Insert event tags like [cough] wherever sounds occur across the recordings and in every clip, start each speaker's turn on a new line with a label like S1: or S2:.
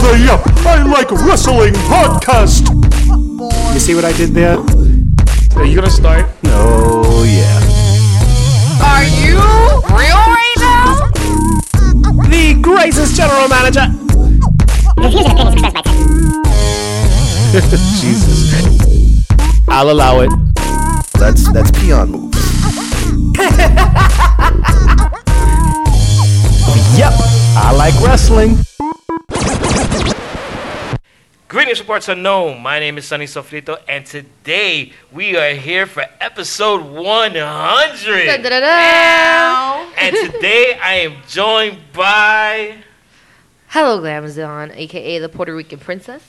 S1: Hurry up! I like wrestling podcast! You see what I did there?
S2: Are you gonna start?
S1: Oh, yeah.
S3: Are you real right now?
S1: The greatest general manager!
S4: Refusing opinions expressed by
S1: [laughs]
S4: text.
S1: Jesus. I'll allow it.
S5: That's that's peon moves.
S1: Yep, I like wrestling.
S2: Greetings, reports unknown. My name is Sunny Sofrito, and today we are here for episode 100.
S3: Da-da-da.
S2: and today I am joined by,
S3: Hello, Glamazon, aka the Puerto Rican princess.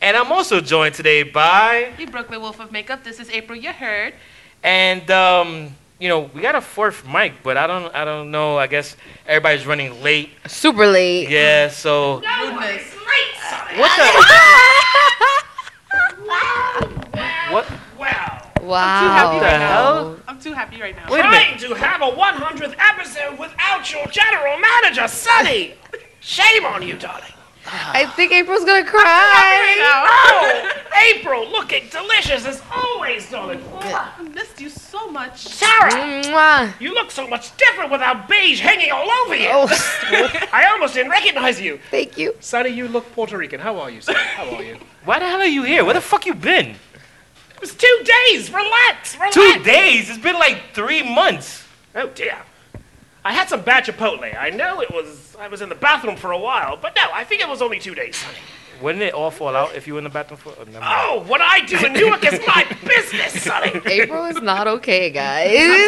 S2: and I'm also joined today by,
S6: You broke my wolf of makeup. This is April. You heard.
S2: and um, you know we got a fourth mic, but I don't, I don't know. I guess everybody's running late.
S3: Super late.
S2: Yeah, so
S6: Goodness.
S2: what the?
S3: [laughs]
S2: what?
S3: Wow.
S2: What the hell?
S6: I'm too happy right now.
S2: Wait a minute.
S7: trying to have a 100th episode without your general manager, Sonny. Shame on you, darling.
S3: I think April's gonna cry.
S7: Oh, April looking delicious as always, darling.
S6: I missed you so much.
S7: Sarah,
S3: Mwah. Oh,
S7: you look so much different without beige hanging all over you. [laughs] I almost didn't recognize you.
S3: Thank you.
S7: Sonny, you look Puerto Rican. How are you, Sonny? How are you?
S2: Why the hell are you here? Where the fuck you been?
S7: It was two days. Relax, relax.
S2: Two days. It's been like three months.
S7: Oh, dear. I had some bad Chipotle. I know it was. I was in the bathroom for a while, but no, I think it was only two days, Sonny.
S2: Wouldn't it all fall out if you were in the bathroom for? Oh, never mind.
S7: Oh, what I do
S2: [laughs]
S7: in Newark is my business, Sonny.
S3: April is not okay,
S6: I'm too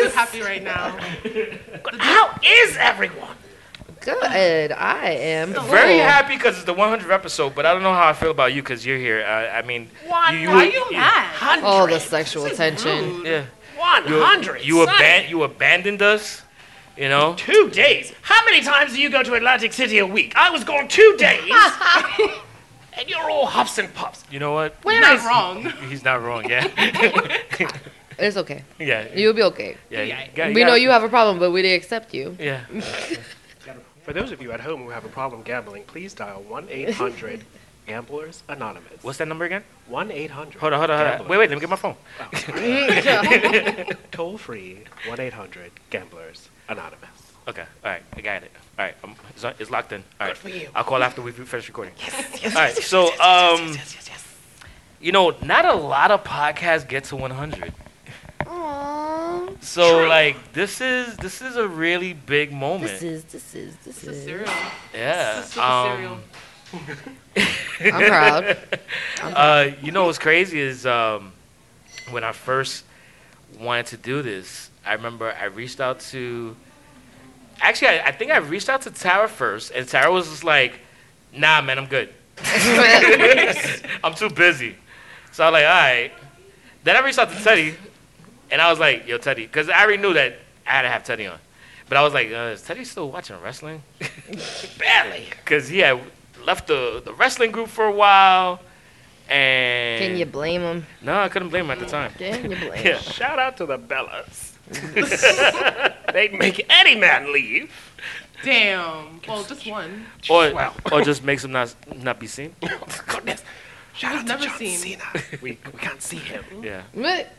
S3: guys.
S6: happy right now.
S7: How is [laughs] everyone?
S3: Good. I am
S2: Very
S3: full.
S2: happy because it's the 100th episode, but I don't know how I feel about you because you're here. I, I mean,
S7: Why,
S2: you,
S6: Why are you mad?
S7: Hundred.
S3: All the sexual tension.
S2: Yeah,
S7: One
S2: you,
S7: hundred.
S2: you, aban- you abandoned us. You know,
S7: Two days. How many times do you go to Atlantic City a week? I was gone two
S3: [laughs]
S7: days. and you're all huffs and puffs.
S2: you know what?
S6: You're not wrong.
S2: [laughs] He's not wrong. Yeah,
S3: It's okay.
S2: yeah,
S3: You'll be okay.
S2: yeah. you got-
S3: We
S2: got-
S3: know you have a problem, but we didn't accept you.
S2: Yeah.
S7: [laughs] For those of you at home who have a problem gambling, please dial 1 800 Gamblers Anonymous.
S2: What's that number again?
S7: 1 800.
S2: Hold on, hold on, hold on. Wait, wait. Let me get my phone.
S7: [laughs]
S2: [laughs]
S7: Toll free 1 800 Gamblers Anonymous.
S2: Okay. All right. I got it. All right. Um, it's, it's locked in. All right.
S7: for you.
S2: I'll call after we finish recording. All right. So, um, you know, not a lot of podcasts get to 100.
S3: Aww.
S2: So like this is this is a really big moment.
S3: This is this is this
S6: This is
S3: is.
S6: cereal.
S2: yeah.
S6: This is super
S2: um,
S6: cereal. [laughs]
S2: [laughs]
S3: I'm proud.
S2: uh, you know what's crazy is um, when I first wanted to do this, I remember I reached out to. Actually, I, I think I reached out to Tara first, and Tara was just like, "Nah, man,
S3: [laughs]
S2: I'm good. [laughs] I'm too busy." So I was like, "All right." Then I reached out to Teddy, and I was like, "Yo, Teddy," because I already knew that I had to have Teddy on. But I was like, uh, "Is Teddy still watching wrestling?"
S7: [laughs] Barely.
S2: Because he had left the, the wrestling group for a while, and
S3: Can you blame him?
S2: no, I couldn't blame him at the time.
S3: Can
S2: [laughs]
S3: you blame
S2: Yeah.
S3: him?
S7: Shout out to the Bellas.
S3: [laughs]
S7: They'd make any man leave.
S6: Damn. Well, just one.
S2: Or,
S7: Wow. Oh,
S2: or just makes him not not be
S7: [laughs]
S2: seen.
S7: Goodness. Shout out
S6: I've never
S7: to John
S6: seen.
S7: Cena. We, we can't see him.
S2: Yeah,
S3: What?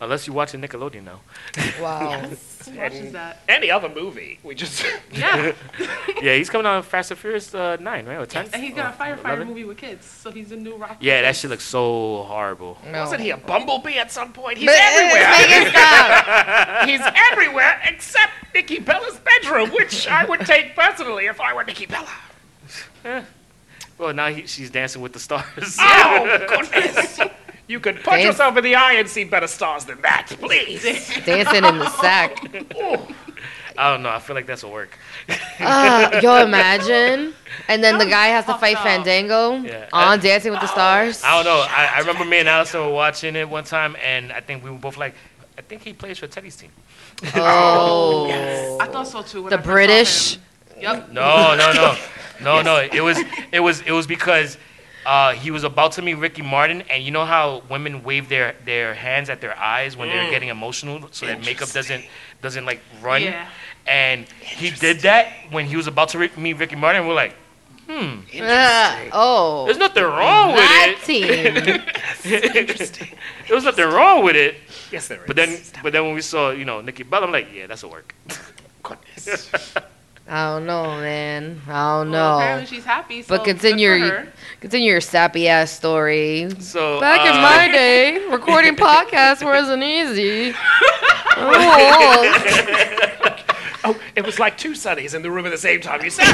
S2: unless you're watching Nickelodeon now. [laughs]
S3: Wow.
S6: Who watches that?
S7: Any other movie, we just [laughs]
S6: Yeah.
S2: Yeah, he's coming out in Fast and Furious uh, nine, right? Or ten?
S6: And he's got a
S2: Or
S6: firefighter
S2: 11?
S6: movie with kids. So he's a new rock.
S2: Yeah, that shit looks so horrible.
S3: No.
S7: wasn't he a bumblebee at some point? He's
S3: But-
S7: [laughs] everywhere.
S3: Make it stop.
S7: He's everywhere except Nikki Bella's bedroom, which I would take personally if I were Nikki Bella.
S2: Well, now he, she's dancing with the stars.
S7: Oh goodness! You could punch
S3: Dance.
S7: yourself in the eye and see better stars than that, please. [laughs]
S3: Dancing in the sack.
S2: [laughs] I don't know. I feel like that's a work.
S3: Uh, yo,
S2: [laughs]
S3: imagine. And then the guy has to fight
S6: fucked up.
S3: Fandango
S2: Yeah.
S3: on Dancing with the Stars.
S2: I don't know. I, I remember me and Allison were watching it one time, and I think we were both like, I think he plays for Teddy's team.
S3: Oh.
S6: I thought so too. when
S3: The
S6: I first saw
S3: British.
S6: him. Yep.
S2: No, no,
S6: [laughs]
S7: [laughs]
S2: no, no, no. It was, it was, it was because uh, he was about to meet Ricky Martin, and you know how women wave their their hands at their eyes when
S7: Mm.
S2: they're getting emotional, so that makeup doesn't doesn't like run.
S6: Yeah.
S7: [laughs]
S2: And he did that when he was about to re- meet Ricky Martin. We're like,
S3: Uh, oh.
S2: Hmm. There's nothing wrong with
S3: That
S2: it.
S3: team.
S2: Interesting. [laughs] there was nothing wrong with it.
S7: Yes, there is.
S2: But then, but then when we saw, you know, Nikki Bella, I'm like, yeah, that's a work.
S7: Goodness.
S3: I don't know, man. I
S6: Well,
S3: don't know.
S6: apparently she's happy. So
S3: But
S6: good for
S3: continue your-
S6: her.
S3: Continue your sappy ass story.
S2: So
S3: Back in
S2: uh,
S3: my day,
S2: [laughs]
S3: recording podcasts wasn't easy. Oh,
S7: Oh, it was like two sunnies in the room at the same time. You said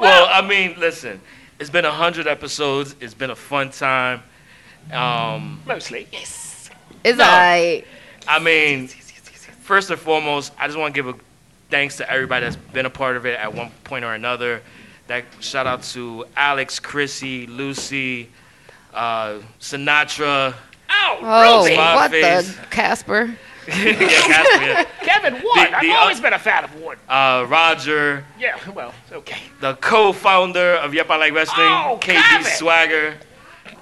S2: Well, I mean, listen, it's been a hundred episodes. It's been a fun time. Um,
S7: mostly. Yes.
S3: it's
S2: No.
S3: alright.
S2: I mean, first and foremost, I just want to give a thanks to everybody that's been a part of it at one point or another. That shout out to Alex, Chrissy, Lucy, uh, Sinatra. [laughs]
S7: Oh,
S3: Oh,
S7: Ruby.
S2: Smiley
S3: what
S2: face.
S3: the Casper?
S2: [laughs] yeah, Casper, yeah.
S6: [laughs]
S7: Kevin Wood.
S2: The-
S7: I've
S2: the-
S7: always been a fan of Wood.
S2: Uh, Roger,
S7: Yeah, well, okay.
S2: the co-founder of Yep I Like Wrestling,
S7: Oh,
S2: KB
S7: Gavin.
S2: Swagger,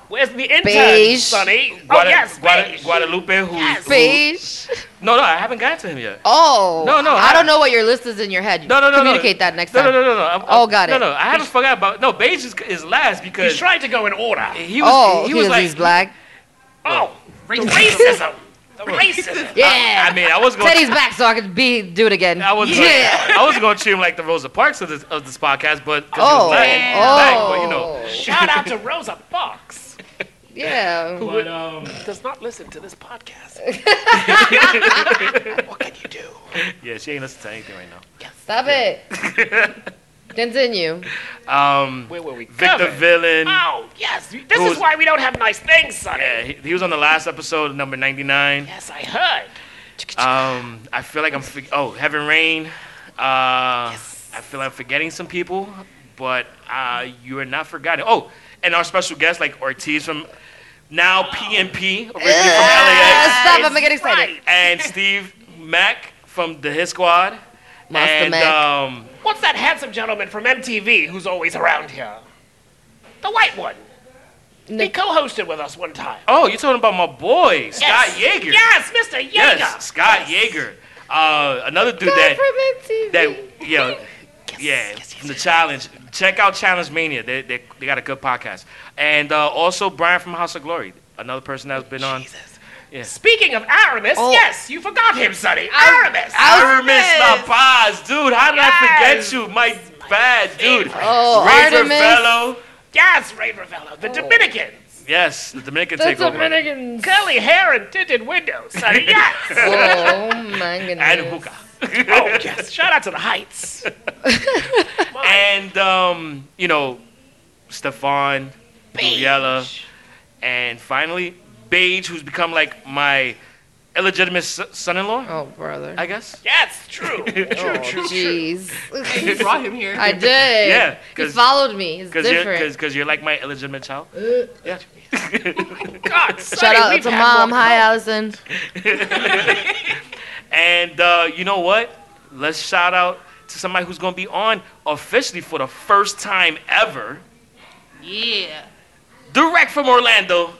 S7: Where's the intern,
S3: Beige.
S7: Sonny? oh,
S2: Guada-
S7: yes,
S2: Guada-
S7: beige.
S2: Guadalupe, who,
S7: Yes.
S2: who-
S3: Fish.
S2: no, no, I haven't gotten to him yet.
S3: Oh.
S2: No, no,
S3: I,
S2: I-
S3: don't know what your list is in your head.
S2: No, no, no, no.
S3: Communicate that next
S2: No,
S3: time.
S2: no, no, no, no. I'm-
S3: Oh,
S2: I'm-
S3: got
S2: No,
S3: it.
S2: no, I haven't forgot about. No, beige is, is last
S7: He's
S2: because
S7: trying to go in order.
S2: he was.
S3: Oh,
S2: he was
S3: because
S2: like.
S3: he's black.
S7: Oh, the racism.
S2: [laughs]
S7: The racism.
S3: Yeah.
S2: I mean, I was going.
S3: Teddy's back, so I could be do it again. [laughs]
S2: I was
S3: yeah.
S2: gonna, I was gonna treat him like the Rosa Parks of this of this podcast, but 'cause he was
S3: Oh.
S2: black, black, but you [laughs] know,
S3: Oh.
S7: Shout out to Rosa Fox,
S3: [laughs] Yeah.
S7: who
S2: um,
S7: does not listen to
S3: [laughs]
S7: this podcast.
S2: [laughs]
S7: what can you do?
S2: yeah, she ain't listening to anything right now.
S3: Stop it. Continue.
S2: [laughs] Um,
S7: Where were we?
S2: Victor
S7: Kevin.
S2: Villain,
S7: Oh, yes. This
S2: Who's-
S7: is why we don't have nice things, Sonny.
S2: yeah, he, he was on the last episode, number ninety nine.
S7: Yes, I heard.
S2: Um, I feel like I'm. forg- Oh, Heaven Rain. Uh, I feel I'm forgetting some people, but uh, you are not forgotten. Oh, and our special guest, like Ortiz from now PNP, originally from LAX,
S3: Ah, stop. I'm getting excited.
S7: Right.
S2: and Steve Mack from the Hit Squad.
S3: Master
S2: and
S3: Mac.
S2: um,
S7: What's that handsome gentleman from MTV who's always around here? The white one. He
S3: Nick-
S7: co-hosted with us one time.
S2: oh, you're talking about my boy Scott
S7: yes.
S2: Yeager.
S7: Yes, Mr. Yeager.
S2: Yes, Scott Yeager. Uh, another dude that
S3: [laughs]
S2: that yeah yeah from the challenge check out challenge mania they, they, they got a good podcast and uh, also brian from house of glory another person that's been on
S7: Speaking of Aramis,
S3: Oh.
S7: yes, you forgot him, Sonny. Aramis.
S2: Aramis Lapaz, dude, how did
S7: Yes.
S2: I forget you? My bad, dude.
S3: Oh,
S2: Ray
S3: Artemis.
S2: Ravello.
S7: yes, Ray Ravello, the Dominicans.
S2: Yes, the Dominican
S3: That's a
S2: takeover. [laughs]
S3: Dominican.
S7: Curly hair and tinted windows, Sonny. Yes.
S3: Oh my goodness.
S2: And hookah.
S7: oh, yes. Shout out to the Heights.
S2: And, um, you know, Stefan, Juliella, and finally, Beige, who's become like my illegitimate s- son-in-law,
S3: Oh brother.
S6: [laughs]
S2: I guess.
S7: Yes, true.
S3: oh jeez.
S6: You brought him here.
S3: I did.
S2: Yeah,
S3: He
S2: 'cause-
S3: followed me. It's
S2: Because you're,
S3: different.
S2: cause, cause you're like my illegitimate child.
S6: [laughs]
S2: [laughs] Yeah.
S3: [laughs]
S7: God,
S3: Shout
S7: Sonny,
S3: out
S7: we've
S3: to
S7: had
S3: mom.
S7: more-
S3: Hi, Allison.
S2: And uh, you know what? Let's shout out to somebody who's going to be on officially for the first time ever,
S6: yeah.
S2: direct from Orlando.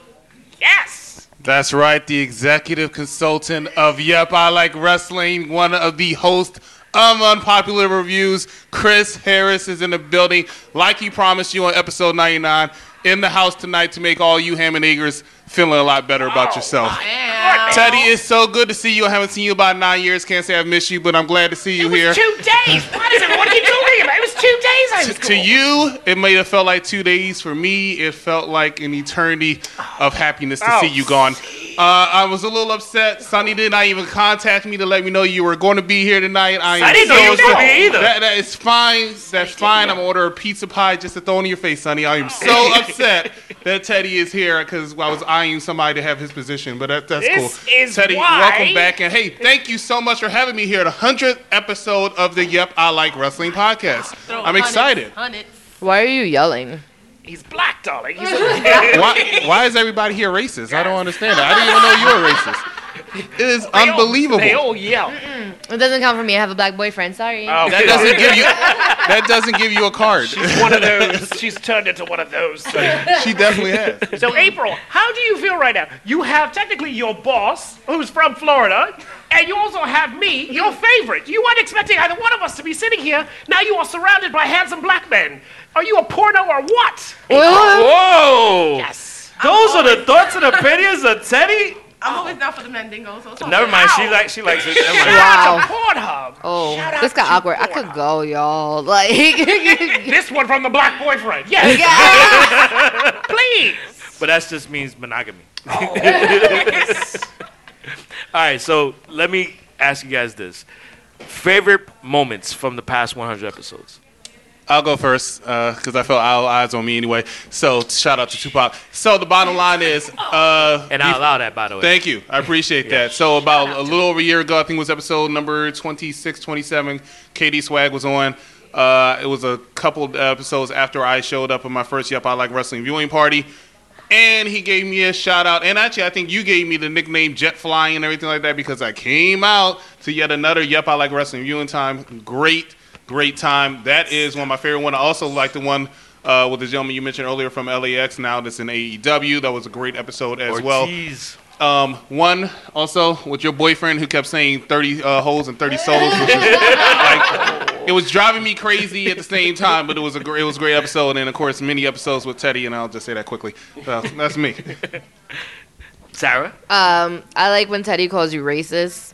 S7: Yes.
S8: That's right, the executive consultant of Yep, I Like Wrestling, one of the hosts of Unpopular Reviews, Chris Harris is in the building, like he promised you on episode 99, in the house tonight to make all you ham and eggers feeling a lot better about yourself.
S6: Damn.
S8: Teddy, it's so good to see you. I haven't seen you about nine years. Can't say I've missed you, but I'm glad to see you
S7: It was
S8: here.
S7: two days. What is it? What are you talking about? It was two days. I was
S8: to you, it may have felt like two days. For me, it felt like an eternity of happiness to see you
S2: Oh.
S8: gone. Uh, I was a little upset. Sonny did not even contact me to let me know you were going to be here tonight. I, am
S2: I didn't know
S8: so
S2: you was gonna be
S8: upset.
S2: either.
S8: That, that is fine. That's fine. I'm gonna order a pizza pie just to throw in your face, Sonny. I am so
S2: Oh.
S8: upset that Teddy is here because I was eyeing somebody to have his position, but that, that's
S7: This
S8: cool.
S7: is
S8: Teddy,
S7: why-
S8: welcome back, and hey, thank you so much for having me here. The hundredth episode of the Yep I Like Wrestling podcast.
S6: Throw
S8: I'm
S6: hundreds,
S8: excited.
S6: hundreds.
S3: Why are you yelling?
S7: He's black, darling. He's
S8: [laughs] why, why is everybody here racist? I don't understand that. I didn't even know you were racist. It is unbelievable.
S7: They all yell.
S3: It doesn't come from me. I have a black boyfriend. Sorry.
S2: Oh,
S8: that
S2: [laughs]
S8: doesn't give you that doesn't give you a card.
S7: She's [laughs] one of those. She's turned into one of those. [laughs]
S8: she definitely has.
S7: So, April, how do you feel right now? You have technically your boss, who's from Florida, and you also have me, your favorite. You weren't expecting either one of us to be sitting here. Now you are surrounded by handsome black men. Are you a porno or what?
S2: Whoa!
S7: Yes.
S2: Those are the thoughts and opinions of Teddy.
S6: I'm always down for the Mandingo, so it's all
S2: Never
S6: good.
S2: mind. She likes. She likes it. Never mind.
S7: Wow.
S3: Wow.
S7: Pornhub.
S3: Oh,
S7: Shout out
S3: this got
S7: to
S3: awkward. I could
S7: Pornhub.
S3: go, y'all. [laughs] Like, yeah.
S7: [laughs] This one from the black boyfriend. Yes,
S2: [laughs]
S7: please.
S2: But that just means monogamy.
S3: Oh.
S2: [laughs] All right. So let me ask you guys this: favorite moments from the past 100 episodes.
S3: Uh,
S8: I'll go first because I felt all eyes on me anyway. So shout out to Tupac. So the bottom line is, uh,
S2: And I allow that, by the way.
S8: Thank you. I appreciate that. So about a little over a year ago, I think it was episode number 26, 27, KD Swag was on. Uh, it was a couple episodes after I showed up at my first Yep I Like Wrestling viewing party. And he gave me a shout out. And actually, I think you gave me the nickname Jet Fly and everything like that because I came out to yet another Yep I Like Wrestling viewing time. Great, great time. That is one of my favorite one. I also like the one uh, with the gentleman you mentioned earlier from LAX now that's in AEW. That was a great episode as well.
S2: Ortiz.
S8: Um, one also with your boyfriend who kept saying thirty uh, holes and thirty souls. which was, like, it was driving me crazy at the same time, but it was a gr- it was a great episode, and of course many episodes with Teddy, and I'll just say that quickly. So, that's me.
S2: Sarah.
S3: um, I like when Teddy calls you
S7: [laughs]
S3: racist.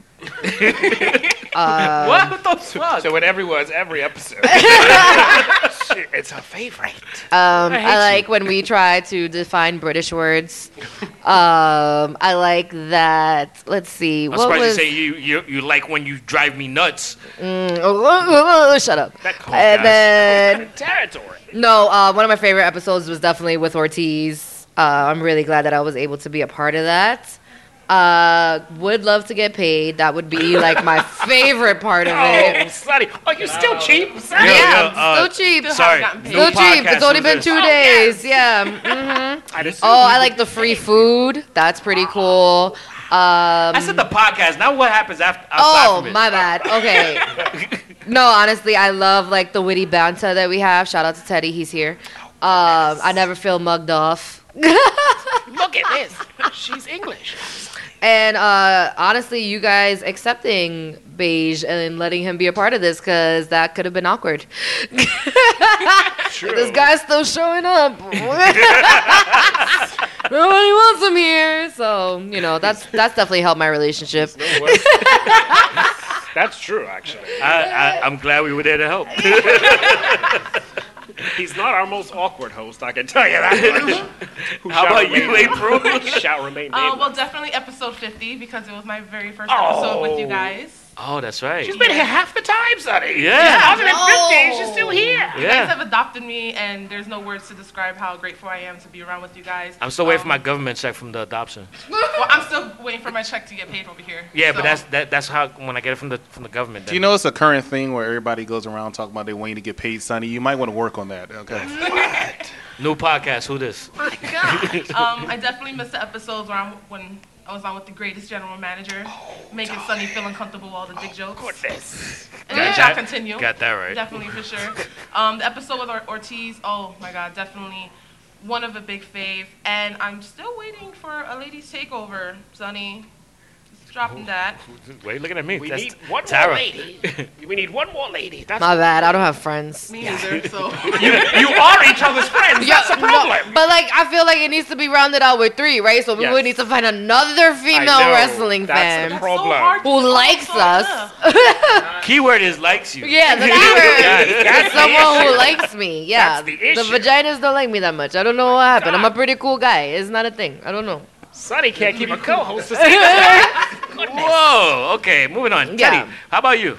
S3: Uh, Um,
S2: what the fuck?
S7: So it every was every [laughs] episode. Shit, it's her favorite.
S3: Um, I, like when we try to define British words. Um, I like that. Let's see.
S2: I'm
S3: what was
S2: surprised
S3: Mm.
S2: you say you, you you like when you drive me nuts.
S3: [laughs] shut up.
S2: That cold
S3: and
S2: guy.
S3: then
S7: Territory.
S3: no, uh, one of my favorite episodes was definitely with Ortiz. Uh, I'm really glad that I was able to be a part of that. Uh, would love to get paid. That would be like
S2: [laughs]
S3: my favorite part of
S7: Oh,
S3: it.
S7: Sonny. Are you still cheap? Sonny?
S2: Yo, yo,
S3: yeah,
S2: uh,
S3: so cheap.
S6: Still
S2: Sorry.
S6: haven't gotten
S2: no
S3: So cheap.
S2: podcast
S3: It's only
S2: was
S3: been
S2: this.
S7: Oh,
S3: two days. Yeah. mhm.
S7: I just-
S3: Oh, I like the free food. That's pretty cool.
S2: I
S3: Um,
S2: said the podcast, not what happens after. Outside
S3: oh,
S2: from it.
S3: my bad. Okay. No, honestly, I love like the witty banter that we have. Shout out to Teddy. He's here. Um, I never feel mugged off. [laughs]
S7: Look at this. She's English.
S3: And uh, honestly, you guys accepting Beige and letting him be a part of this because that could have been awkward. [laughs] this guy's still showing up. Nobody wants him here, so you know that's that's definitely helped my relationship.
S7: That's true, actually.
S2: [laughs] I, I, I'm glad we were there to help.
S7: He's not our most awkward host, I can tell you that much. Who
S2: How
S7: shall
S2: about you,
S7: remain- [laughs]
S2: April?
S7: Shall remain
S6: Uh,
S3: Oh,
S7: nameless.
S6: well, definitely episode 50 because it was my very first episode with you guys.
S2: oh, that's right.
S7: She's been here half the time, Sonny.
S2: Yeah.
S7: Other than 50, she's still here.
S6: Oh. You guys
S2: yeah.
S6: have adopted me, and there's no words to describe how grateful I am to be around with you guys.
S2: I'm still waiting for
S7: Oh.
S6: Um,
S2: my government check from the adoption.
S6: Well, I'm still waiting for my check to get paid over here.
S2: Yeah, but
S6: so-
S2: that's that, that's how when I get it from the from the government. Then.
S8: Do you know it's a current thing where everybody goes around talking about they waiting to get paid, Sonny? You might want to work on that. Okay.
S6: [laughs]
S2: new podcast? Who this?
S6: my god. um, I definitely missed the episodes where I, when I was on with the greatest general manager,
S7: Oh,
S6: making Sunny feel uncomfortable with all the dick jokes. And then I'll continue.
S2: Got that right.
S6: Definitely for sure. Um, the episode with Or- Ortiz, oh my god, definitely one of a big fave. And I'm still waiting for a ladies takeover, Sonny. Just dropping that.
S2: Wait, looking at me.
S7: We
S2: That's
S7: need one
S2: Tara.
S7: more lady. We need one more lady.
S3: [laughs]
S7: That's
S3: My bad. I don't have friends.
S6: Me neither. So
S7: [laughs] you are each other's friends. That's the
S3: Yeah, no,
S7: problem.
S3: but like, I feel like it needs to be rounded out with three, right? So we
S7: Yes.
S3: would need to find another female wrestling
S7: That's the
S3: fan
S7: pro- Problem.
S6: So hard to
S3: who
S6: solve,
S3: likes
S6: so,
S3: us.
S6: ugh.
S2: [laughs] Keyword is likes you.
S3: Yeah,
S2: [laughs]
S3: the keyword.
S7: That's the
S3: Someone
S7: issue.
S3: who likes me. Yeah.
S7: That's the issue.
S3: vaginas don't like me that much. I don't know what happened. I'm
S7: God.
S3: a pretty cool guy. It's not a thing. I don't know.
S7: Sonny can't
S6: [laughs]
S7: keep
S3: [laughs]
S7: a co-host. to save us.
S3: I
S2: Whoa. Okay, moving on.
S3: Yeah.
S2: Teddy, how about you?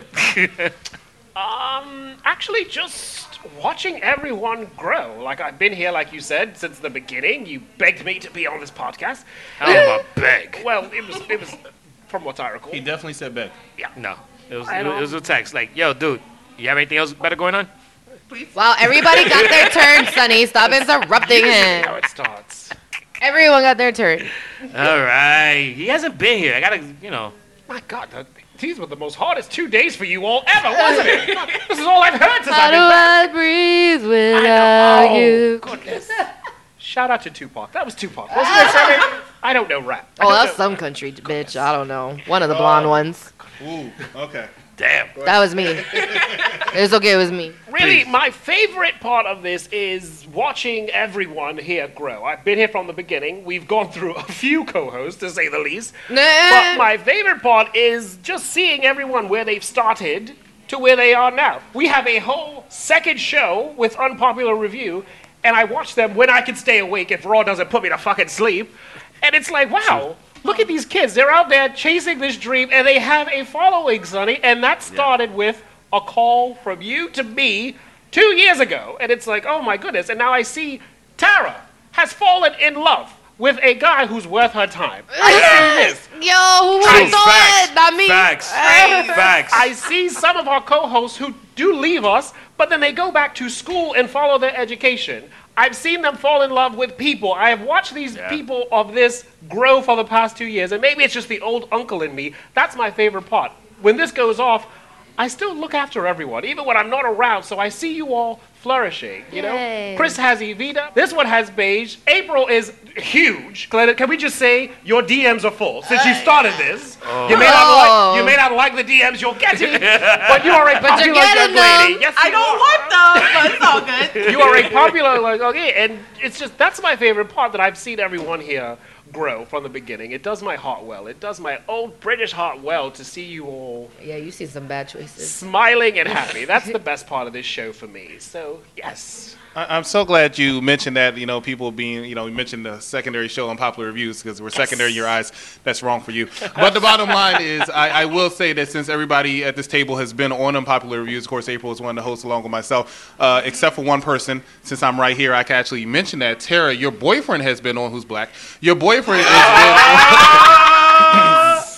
S7: Um, actually, just watching everyone grow. Like I've been here, like you said, since the beginning. You begged me to be on this podcast.
S8: Oh,
S2: I'm a beg.
S7: Well, it was it was from what I recall.
S8: he definitely said back.
S2: No, it was
S7: I
S2: it,
S7: don't-
S2: was a text like, yo, dude, you have anything else better going on?
S3: Wow, everybody got their turn, Sonny. Stop interrupting
S7: How
S3: him.
S7: it starts.
S3: Everyone got their turn.
S2: All right. He hasn't been here. I gotta, you know.
S7: My God, that, these were the most hardest two days for you all ever, wasn't
S8: [laughs]
S7: it? this is all I've heard since
S3: How
S7: I've
S3: do
S7: been back.
S3: I breathe
S7: I know.
S3: without
S7: Oh,
S3: you?
S7: goodness. Shout out to Tupac. That was Tupac, wasn't it, Sammy? I don't know rap. I
S3: Oh,
S7: don't
S3: that's
S7: know.
S3: some country bitch. I don't know. One
S7: Oh.
S3: of the blonde ones.
S8: Ooh, okay.
S2: Damn.
S3: That was me.
S8: [laughs]
S3: it's okay. It was me.
S7: Really, my favorite part of this is watching everyone here grow. I've been here from the beginning. We've gone through a few co-hosts, to say the least. But my favorite part is just seeing everyone where they've started to where they are now. We have a whole second show with unpopular review, and I watch them when I can stay awake if Raw doesn't put me to fucking sleep. And it's like, wow, look at these kids. They're out there chasing this dream, and they have a following, Sonny. And that started with a call from you to me two years ago. And it's like, oh my goodness. And now I see Tara has fallen in love with a guy who's worth her time.
S3: Yo, Oh, who would have thought?
S2: Facts.
S3: Not me.
S2: Facts. Facts.
S7: I see some of our co-hosts who do leave us, but then they go back to school and follow their education. I've seen them fall in love with people. I have watched these people of this grow for the past two years, and maybe it's just the old uncle in me. That's my favorite part. When this goes off, I still look after everyone, even when I'm not around. So I see you all flourishing. You
S3: Yay.
S7: know, Chris has Evita. This one has Beige. April is huge. Glenn, can we just say your DMs are full since you started this? You may not like you may not like the DMs you'll get it, but you
S2: [laughs]
S7: are a
S3: But
S7: popular
S3: you're
S7: young
S3: getting
S7: lady.
S3: them.
S7: Yes,
S6: I
S7: you
S6: don't
S7: are.
S6: want them, but it's all good.
S7: You are a popular like okay, and it's just that's my favorite part that I've seen everyone here grow from the beginning. It does my heart well. It does my old British heart well to see you all
S3: Yeah, you see some bad choices.
S7: smiling and happy. That's the best part of this show for me. So yes,
S8: I, I'm so glad you mentioned that. You know, people being, you know, you mentioned the secondary show on popular reviews because we're secondary in your eyes. That's wrong for you. But the bottom line is, I, I will say that since everybody at this table has been on unpopular reviews, of course, April is one of the hosts along with myself, uh, except for one person. Since I'm right here, I can actually mention that Tara, your boyfriend has been on, who's black. Your boyfriend has [laughs] been.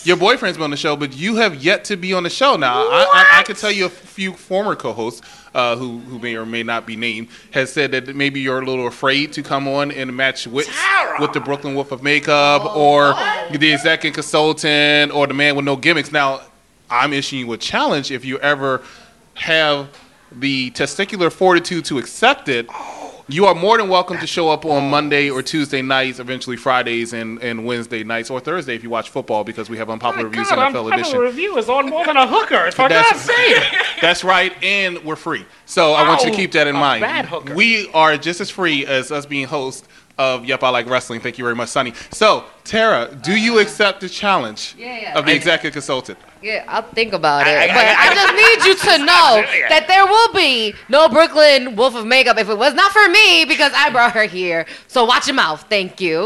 S8: Your boyfriend's been on the show, but you have yet to be on the show. Now, I, I, I can tell you a few former co-hosts uh, who who may or may not be named has said that maybe you're a little afraid to come on and match wits with the Brooklyn Wolf of Makeup or the executive consultant or the man with no gimmicks. Now, I'm issuing you a challenge if you ever have the testicular fortitude to accept it. You are more than welcome to show up on Monday or Tuesday nights, eventually Fridays and, and Wednesday nights, or Thursday if you watch football because we have unpopular
S7: My
S8: reviews
S7: God,
S8: NFL
S7: I'm,
S8: edition.
S7: I'm a review is on more than a hooker. For
S9: [laughs]
S7: God's sake.
S8: That's right, and we're free. So I want you to
S7: Ow,
S8: keep that in
S7: a
S8: mind.
S7: bad hooker.
S8: We are just as free as us being hosts of Yep, I Like Wrestling. Thank you very much, Sonny. So, Tara, do you accept the challenge
S3: Yeah, yeah.
S8: of the executive consultant?
S3: Yeah, I'll think about it. but I, just need you to know that there will be no Brooklyn Wolf of Makeup if it was not for me because I brought her here. So watch your mouth. Thank
S2: [laughs]
S3: you.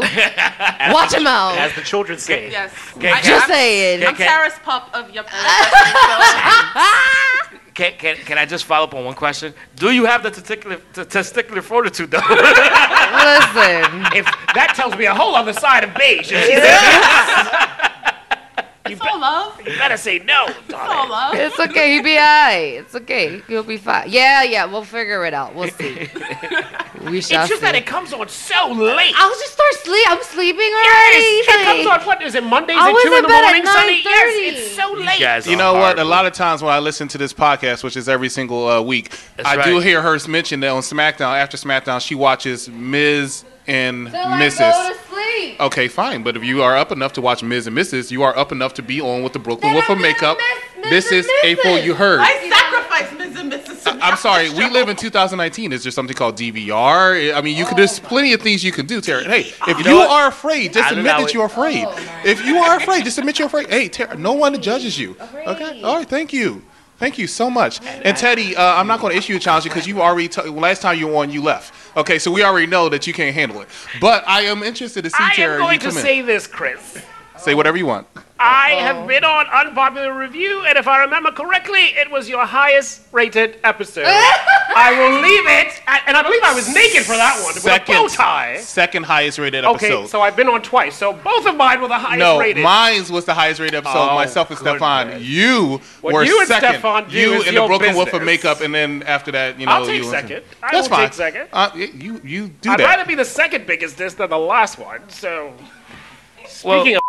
S3: watch your mouth.
S9: As the children say.
S6: Yes.
S2: Okay,
S6: I-
S2: just
S6: I'm-
S3: saying.
S6: I'm
S2: Okay.
S6: Sarah's pup of Yup. So,
S2: Can, can, can I just follow up on one question? Do you have the testicular, t- testicular fortitude, though? [laughs]
S3: Listen.
S7: If that tells me a whole other side of beige,
S6: it's all love.
S7: you better say no.
S6: It's all love.
S3: It's okay. He'll be alright. It's okay. He'll be fine. Yeah, yeah. We'll figure it out. We'll
S2: [laughs]
S3: see. We shall
S7: It's just
S3: see.
S7: that it comes on so late.
S3: I'll just start sleep. I'm sleeping already.
S7: Yes, it comes
S3: Like,
S7: on. What is it? Mondays
S3: I
S7: at
S3: was
S7: two in
S3: in
S7: the
S3: bed at
S7: morning, Sunny.
S3: 9:30.
S7: Yes, it's so
S2: You
S7: late.
S2: guys
S8: You
S2: are
S8: know what? A
S2: horrible.
S8: lot of times when I listen to this podcast, which is every single uh, week,
S2: That's
S8: I do
S2: right.
S8: hear her mention that on SmackDown, after SmackDown, she watches Ms. and
S3: till I
S8: Mrs.
S3: go to sleep.
S8: Okay, fine. But if you are up enough to watch Ms. and Mrs., you are up enough to be on with the Brooklyn
S3: Then
S8: Wolf
S3: I'm
S8: of Makeup.
S3: gonna miss Ms.
S8: This is
S3: and Mrs.
S8: April. You heard. Uh,
S6: I sacrificed Ms. and Mrs. to
S8: I'm sorry. We live in 2019. Is there something called DVR? I mean, you could. There's
S3: Oh.
S8: plenty of things you can do, Tara. Hey, if you,
S2: know what?
S8: are afraid, just
S2: I don't
S8: admit
S2: know.
S8: that you're afraid.
S6: Oh.
S7: Oh,
S8: if you are afraid, just admit you're
S7: [laughs]
S8: afraid. Hey, Tara, no one judges you.
S3: Afraid.
S8: Okay. All right. Thank you. Thank you so much. And Teddy, uh, I'm not going to issue a challenge because you already t- last time you were on, you left. Okay, so we already know that you can't handle it. But I am interested to see
S7: I
S8: Tara.
S7: am going
S8: you
S7: to
S8: come in.
S7: say this, Chris.
S8: Say whatever you want.
S7: I have been on unpopular review, and if I remember correctly, it was your highest-rated
S3: [laughs]
S7: episode. I will leave it, at, and I believe I was naked for that one with a bow tie.
S8: second highest rated
S7: Okay,
S8: episode.
S7: so I've been on twice, so both of mine were the highest
S8: no,
S7: rated.
S8: mine was the highest rated episode.
S7: Oh,
S8: myself and
S7: goodness.
S8: Stefan, you
S7: What
S8: were
S7: you and
S8: second.
S7: Stefan do
S8: you
S7: is
S8: and the
S7: your
S8: Broken Wolf of
S7: business.
S8: Makeup, and then after that, you know,
S7: I'll take
S8: you
S7: second. I
S8: That's
S7: will
S8: fine.
S7: take second.
S8: Uh, y- you you do
S7: I'd
S8: that.
S7: rather be the second biggest disc than the last one. So,
S2: Well,
S7: speaking of,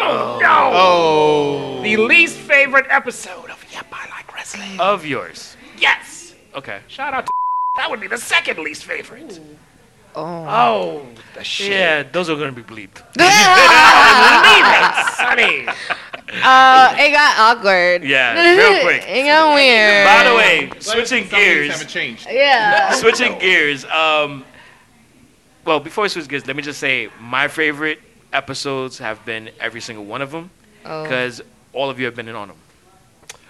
S7: oh, no,
S8: oh,
S7: the least favorite episode of Yep, I Like Wrestling.
S2: of yours.
S7: yes,
S2: Okay.
S7: [laughs] shout out to. That would be the second least favorite. Oh, the shit.
S2: Yeah, those are gonna be bleeped. Ah,
S7: Sonny.
S3: [laughs] Uh, it got awkward. [laughs]
S2: Yeah, real quick.
S3: it got weird.
S2: By the way, switching gears.
S10: haven't changed.
S3: Yeah.
S2: [laughs] switching gears. Um, well, before we switch gears, let me just say my favorite episodes have been every single one of them
S3: Oh,
S2: because all of you have been in on them,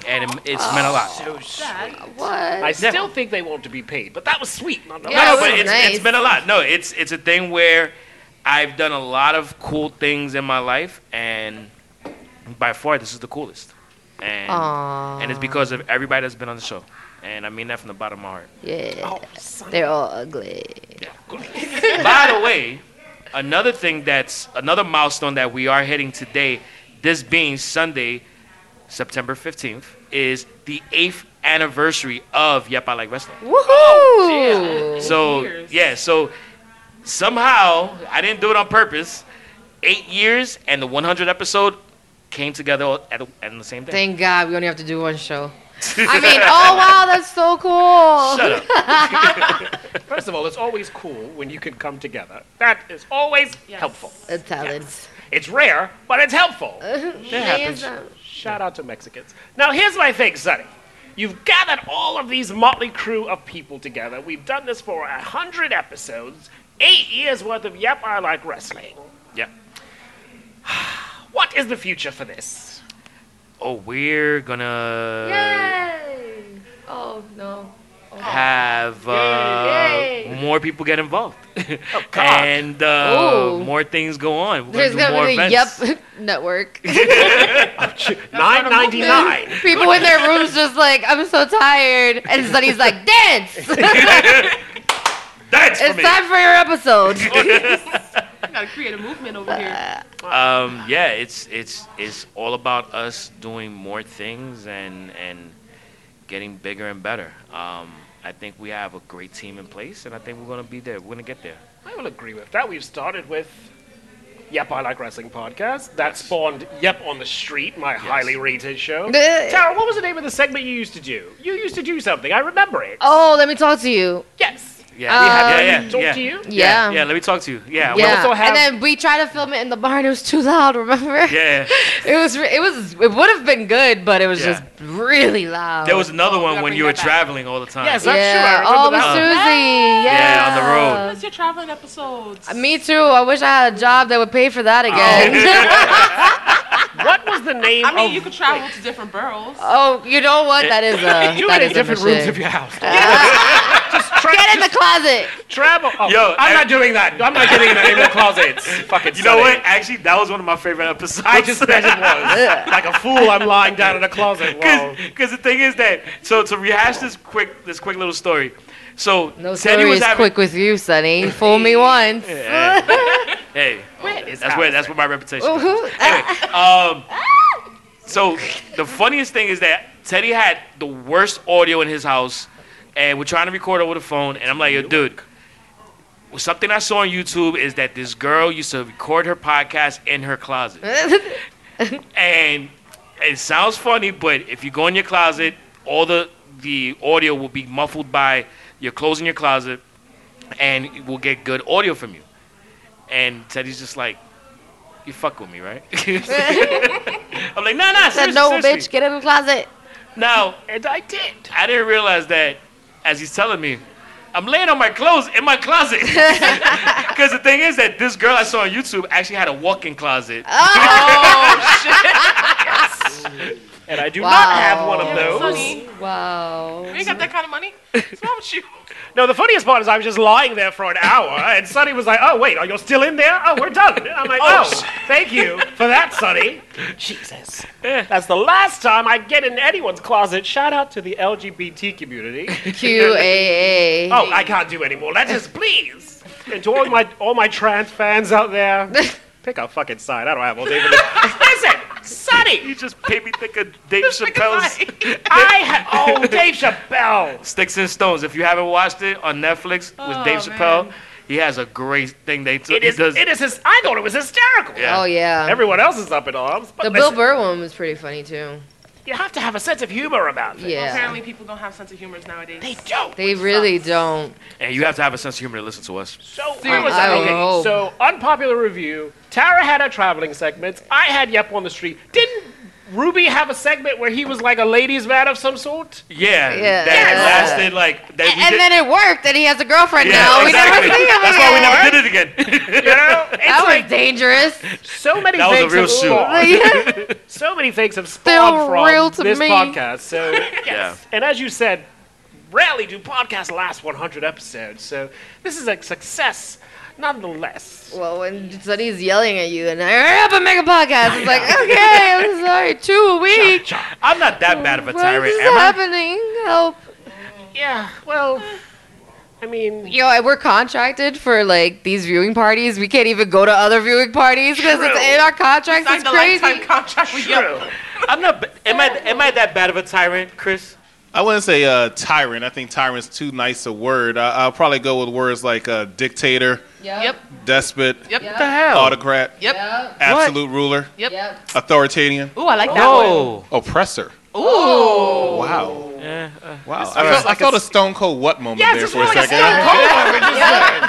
S2: and it, [laughs] it's meant a lot.
S7: So sweet.
S3: what?
S7: I still think they want to be paid, but that was sweet. nonetheless.
S3: Yeah,
S2: no,
S3: it
S2: but
S3: was
S2: it's,
S3: nice.
S2: it's been a lot. No, it's it's a thing where I've done a lot of cool things in my life, and by far this is the coolest. And
S3: Aw.
S2: and it's because of everybody that's been on the show, and I mean that from the bottom of my heart.
S3: Yeah.
S2: Oh,
S3: They're all ugly. [laughs]
S2: By the way, another thing that's another milestone that we are hitting today, this being Sunday, September 15th, is the eighth anniversary of Yep I Like Wrestling.
S3: Woohoo!
S2: So
S6: Years.
S2: yeah, so somehow I didn't do it on purpose. Eight years and the 100 episode came together all at, the- at the same day.
S3: Thank God we only have to do one
S2: [laughs]
S3: show. I mean, oh wow, that's so cool.
S2: Shut up.
S7: First of all, it's always cool when you can come together. That is always helpful.
S3: A talent.
S7: It's rare, but it's helpful.
S2: happens.
S7: Shout out to Mexicans. Now, here's my thing, Sonny. You've gathered all of these motley crew of people together. We've done this for a hundred episodes, eight years worth of Yep, I Like Wrestling.
S2: Yeah.
S7: What is the future for this?
S2: Oh, we're gonna
S3: Yay! [laughs] Oh no.
S2: have uh, more people get involved. [laughs]
S7: God.
S2: and uh,
S3: Oh, Ooh.
S2: more things go on. We're
S3: There's
S2: gonna do
S3: gonna
S2: more
S3: be the
S2: events.
S3: Yep [laughs] Network.
S7: Nine ninety nine.
S3: [laughs] People in their rooms just like, I'm so tired, and Sunny's
S2: [laughs]
S3: like, dance. [laughs]
S2: That's for
S3: it's
S2: me.
S3: time for your
S2: [laughs]
S3: episode. [laughs]
S6: I gotta create a movement over here.
S2: Um, yeah, it's it's it's all about us doing more things and and getting bigger and better. Um, I think we have a great team in place, and I think we're gonna be there. We're gonna get there.
S7: I will agree with that. We've started with Yep, I Like Wrestling podcast. That spawned Yep on the Street, my highly rated
S3: Uh,
S7: show. Tara, what was the name of the segment you used to do? You used to do something. I remember it.
S3: oh, let me talk to you.
S7: Yes.
S2: Yeah, we have- yeah, yeah,
S7: Uh, Talk
S2: yeah.
S7: to you.
S2: Yeah,
S3: Yeah.
S2: yeah, let me talk to you. Yeah,
S3: Yeah.
S7: also have-
S3: and then we tried to film it in the barn. It was too loud. [laughs] Remember?
S2: we- [laughs] yeah.
S3: [laughs] It was. re- It was. It would have been good, but it was
S2: Yeah.
S3: just really loud.
S2: There was
S7: Oh,
S2: another one when
S6: bring
S2: you were
S6: that back.
S2: traveling all the time. Uh-huh.
S7: Yes, I'm sure. I
S3: yeah.
S7: remember
S3: Oh,
S7: that
S3: with
S8: Uh,
S7: one.
S3: Susie. Yeah.
S2: Yeah, on the road.
S6: What's your traveling episodes?
S3: Uh, Me too. I wish I had a job that would pay for that again. [laughs]
S7: What was the name
S6: I mean,
S7: of
S6: you could travel to different boroughs.
S7: Uh,
S3: Oh, you know what? That is
S7: [laughs]
S3: a.
S7: do
S3: that
S7: it in
S3: is
S7: different
S3: shit. Uh,
S7: rooms of your house. just tra-
S3: Get in the
S7: just
S3: closet.
S7: travel. Oh,
S2: Yo,
S7: I'm
S2: I-
S7: not doing that. I'm not getting in any of the
S2: [laughs]
S7: closets. Fucking
S2: You know what?
S7: Sonny.
S2: Actually, that was one of my favorite episodes.
S7: I just bet
S2: [laughs]
S7: it was. like a fool, I'm lying down in a closet. Wow.
S2: Because the thing is that so to rehash this quick this quick little story. So
S3: No
S2: Teddy
S3: story
S2: was
S3: is
S2: having
S3: quick with you, Sonny. Fool me once.
S2: [laughs]
S3: [laughs]
S2: hey that's where that's where my
S3: [laughs]
S2: reputation. comes.
S3: Ooh, ah,
S2: So the funniest thing is that Teddy had the worst audio in his house, and we're trying to record over the phone, and I'm like, yo, dude. well, Something I saw on YouTube is that this girl used to record her podcast in
S3: [laughs]
S2: her closet. and it sounds funny, but if you go in your closet, all the the audio will be muffled by your clothes in your closet, and it will get good audio from you. And Teddy's just like, "You fuck with
S3: [laughs]
S2: me, right?" [laughs] I'm like, "Nah, nah,
S3: said
S2: seriously,
S3: no, bitch.
S2: seriously."
S3: [laughs]
S7: [laughs]
S3: Get in the closet.
S2: Now,
S7: And I did.
S2: I didn't realize that as he's telling me, I'm laying on my clothes in my closet. [laughs] Because the thing is that this girl I saw on YouTube actually had a walk-in closet.
S7: [laughs] And I do not have
S3: Wow.
S7: one of those.
S6: Sonny,
S3: Wow.
S6: you ain't got that kind of money? What's wrong with you?
S7: No, the funniest part is I was just lying there for an hour, and Sonny was like, "Oh wait, are you still in there? Oh, we're done." And I'm like, "Oh, thank you for that, Sonny." Jesus, that's the last time I get in anyone's closet. Shout out to the LGBT community.
S3: QAA.
S7: Oh, I can't do anymore. Let us please. And to all my all my trans fans out there, pick a fucking side. I don't have all day. for this. Listen, Sonny,
S2: You just made me think of Dave Chappelle's
S7: [laughs]
S2: [laughs]
S7: I ha- [laughs] oh Dave Chappelle.
S2: Sticks and Stones. If you haven't watched it on Netflix with Dave Chappelle, he has a great thing they took.
S7: Oh, It is.
S2: he does,
S7: It is. His, I thought it was hysterical.
S2: Yeah.
S3: Oh yeah.
S7: Everyone else is up in arms. But
S3: the
S7: listen,
S3: Bill Burr one was pretty funny too.
S7: you have to have a sense of humor about it.
S3: Yeah.
S6: Apparently, people don't have sense of humors nowadays.
S7: They don't.
S3: They really don't.
S2: And you have to have a sense of humor to listen to us.
S7: So
S6: Seriously.
S7: where was I?
S3: I
S7: Okay,
S3: hope.
S7: so unpopular review. Tara had her traveling segments. I had Yep on the street. Didn't Ruby have a segment where he was like a ladies' man of some sort?
S2: Yeah.
S3: Yeah.
S2: That
S3: Yeah.
S2: lasted like that.
S3: And then it worked, and he has a girlfriend now. We
S2: exactly.
S3: never see him
S2: That's
S3: again.
S2: why we never did it again.
S7: You know,
S2: [laughs]
S7: it's
S3: That was
S7: like
S3: dangerous.
S7: so many
S2: That was a
S7: things
S2: real
S7: have
S2: shoot.
S7: spawned-
S3: Yeah.
S7: so many things have
S3: Still
S7: spawned from
S3: real to
S7: this
S3: me.
S7: podcast. So yes.
S2: Yeah.
S7: and as you said, rarely do podcasts last 100 episodes. So this is a success, nonetheless.
S3: Well, when Sunny's yelling at you and hurry up and make a podcast, it's like, [laughs] okay,
S2: [laughs]
S3: I'm sorry, two weeks.
S2: I'm not that bad of a
S3: What
S2: tyrant,
S3: is
S2: am I?
S3: happening? Help!
S7: Yeah. Well, I mean,
S3: Yo, and we're contracted for like these viewing parties. We can't even go to other viewing parties because it's
S7: True.
S3: in our contracts.
S6: Signed
S3: It's
S6: the
S3: crazy.
S6: lifetime contract with
S7: true.
S6: you.
S2: I'm not. ba- Am I? Am I that bad of a tyrant, Chris?
S8: I wouldn't say uh, tyrant. I think tyrant's too nice a word. I, I'll probably go with words like uh, dictator,
S6: Yep.
S8: despot,
S6: Yep.
S2: What the hell?
S8: autocrat,
S6: Yep.
S3: Yep.
S8: absolute ruler,
S6: Yep.
S8: authoritarian,
S6: Ooh, I like that one.
S2: No.
S8: oppressor.
S6: Ooh.
S8: Wow.
S2: Eh, uh,
S8: Wow. I felt, I felt a Stone Cold What moment
S7: Yes,
S8: there
S7: it's
S8: for a
S7: more like a
S8: second.
S7: Stone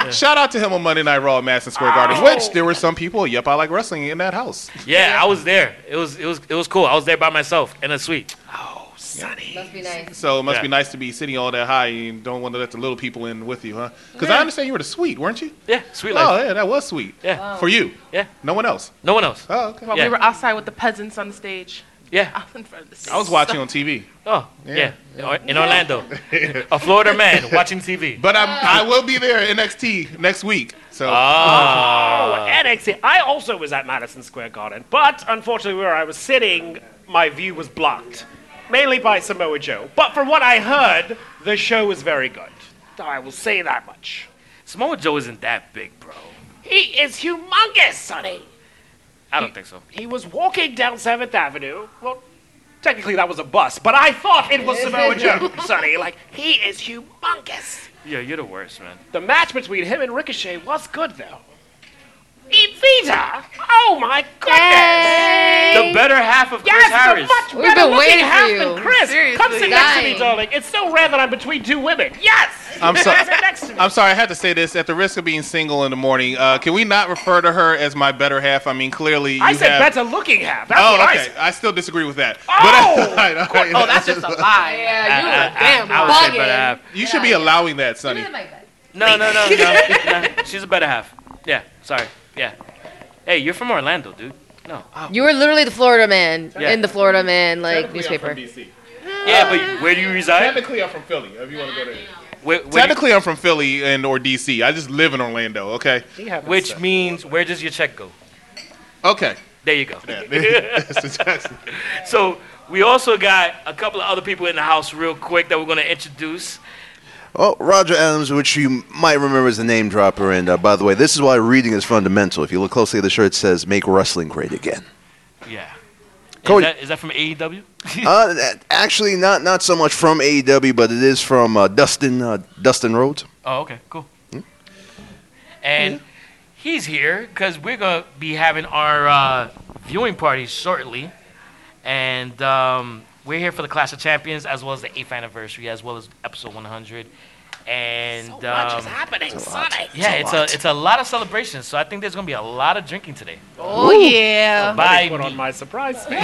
S8: [laughs]
S7: Cold [laughs]
S8: Shout out to him on Monday Night Raw at Madison Square Garden, which there were some people, yep, I like wrestling in that house.
S2: yeah, I was there. It was. It was. It was cool. I was there by myself in a suite.
S7: Oh,
S3: Must be nice.
S8: So it must
S2: Yeah.
S8: be nice to be sitting all that high and don't want to let the little people in with you, huh? Because I understand you were the sweet, weren't you?
S2: Yeah, sweet
S8: Oh,
S2: life.
S8: yeah, that was sweet.
S2: Yeah.
S8: For you.
S2: Yeah.
S8: No one else.
S2: No one else.
S8: Oh, okay.
S6: Well,
S2: Yeah.
S6: we were outside with the peasants on the stage.
S2: Yeah.
S6: [laughs] Out in front of the stage.
S8: I was watching on TV.
S2: Oh,
S8: Yeah.
S2: yeah. In
S8: [laughs]
S2: Orlando, a Florida man watching TV.
S8: But I'm, I will be there at NXT next week. So
S7: Oh,
S2: Ah.
S7: NXT. I also was at Madison Square Garden, but unfortunately, where I was sitting, my view was blocked, mainly by Samoa Joe. But from what I heard, the show was very good. I will say that much.
S2: Samoa Joe isn't that big, bro.
S7: He is humongous, Sonny.
S2: I don't think so.
S7: He was walking down Seventh Avenue. Well, technically that was a bus, but I thought it was Samoa Joe, Sonny. Like he is humongous.
S2: Yeah, you're the worst, man.
S7: The match between him and Ricochet was good, though. Evita! Oh my goodness!
S2: The better half of Chris
S7: Yes, the
S2: Harris.
S7: much
S3: We've
S7: better
S3: been
S7: looking
S3: waiting for
S7: half
S3: you.
S7: than Chris. Come sit
S6: Seriously.
S7: next to me,
S3: Dying.
S7: darling. It's so rare that I'm between two women. Yes.
S8: I'm sorry.
S7: Sit next to me.
S8: I'm sorry, I had to say this at the risk of being single in the morning. Uh, can we not refer to her as my better half? I mean, clearly you
S7: I said
S8: have.
S7: better looking half. That's
S8: oh,
S7: what I
S8: okay.
S7: said.
S8: I, still disagree with that.
S7: Oh!
S8: [laughs] But, all right, all
S6: Oh,
S8: right.
S6: that's just
S8: [laughs]
S6: a lie.
S3: Yeah, you
S2: I- I-
S3: were damn
S2: I would say uh,
S3: bugging.
S2: better half.
S8: you should be allowing that, Sonny.
S2: No, no, no, no, no. She's a better half. Yeah, sorry. Yeah. Hey, you're from Orlando, dude. No.
S3: Oh. You were literally the Florida man
S2: Yeah.
S3: in the Florida man like newspaper.
S2: Yeah, but where do you reside?
S8: Technically, I'm from Philly. If you want to go there.
S2: Where, where do you-
S8: Technically, I'm from Philly and or DC. I just live in Orlando. Okay.
S2: which means where does your check go?
S8: Okay.
S2: There you go.
S8: Yeah, that's the Jackson.
S2: [laughs] So we also got a couple of other people in the house real quick that we're gonna introduce.
S5: Oh, Roger Adams, which you might remember as the name dropper. And uh, by the way, this is why reading is fundamental. If you look closely at the shirt, it says "Make Wrestling Great [laughs] Again."
S2: Yeah. Is
S5: Cody.
S2: that, is that from E AEW?
S5: uh, that- actually, not not so much from AEW, but it is from uh, Dustin uh, Dustin Rhodes.
S2: Oh, okay, cool.
S7: Hmm?
S2: And he's here because we're gonna be having our uh, viewing party shortly, and um, we're here for the Clash of Champions as well as the eighth anniversary, as well as episode 100. And
S7: So much is
S2: um,
S7: happening, Sonny.
S2: yeah, it's a it's a lot of celebrations. So I think there's gonna be a lot of drinking today.
S3: Oh yeah.
S2: By
S7: Put on
S2: me. [laughs]
S7: my surprise face.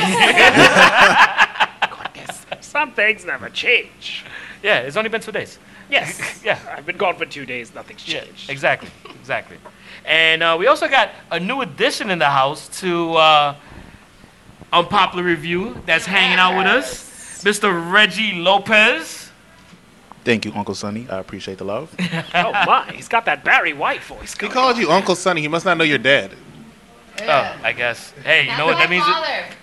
S7: goodness. Some things never change.
S2: yeah, it's only been two days.
S8: [laughs]
S7: Yes.
S2: Yeah.
S7: I've been gone for two days. Nothing's
S2: Yeah,
S7: changed.
S2: exactly, exactly. And uh, we also got a new addition in the house to uh, Unpopular Review that's hanging out with us, Mr. Reggie Lopez.
S11: Thank you, Uncle Sonny. I appreciate the love.
S7: [laughs] oh my, he's got that Barry White voice.
S8: He
S7: going
S8: called you Uncle Sonny. He must not know your dad.
S2: Oh, I guess. Hey, you know what that means?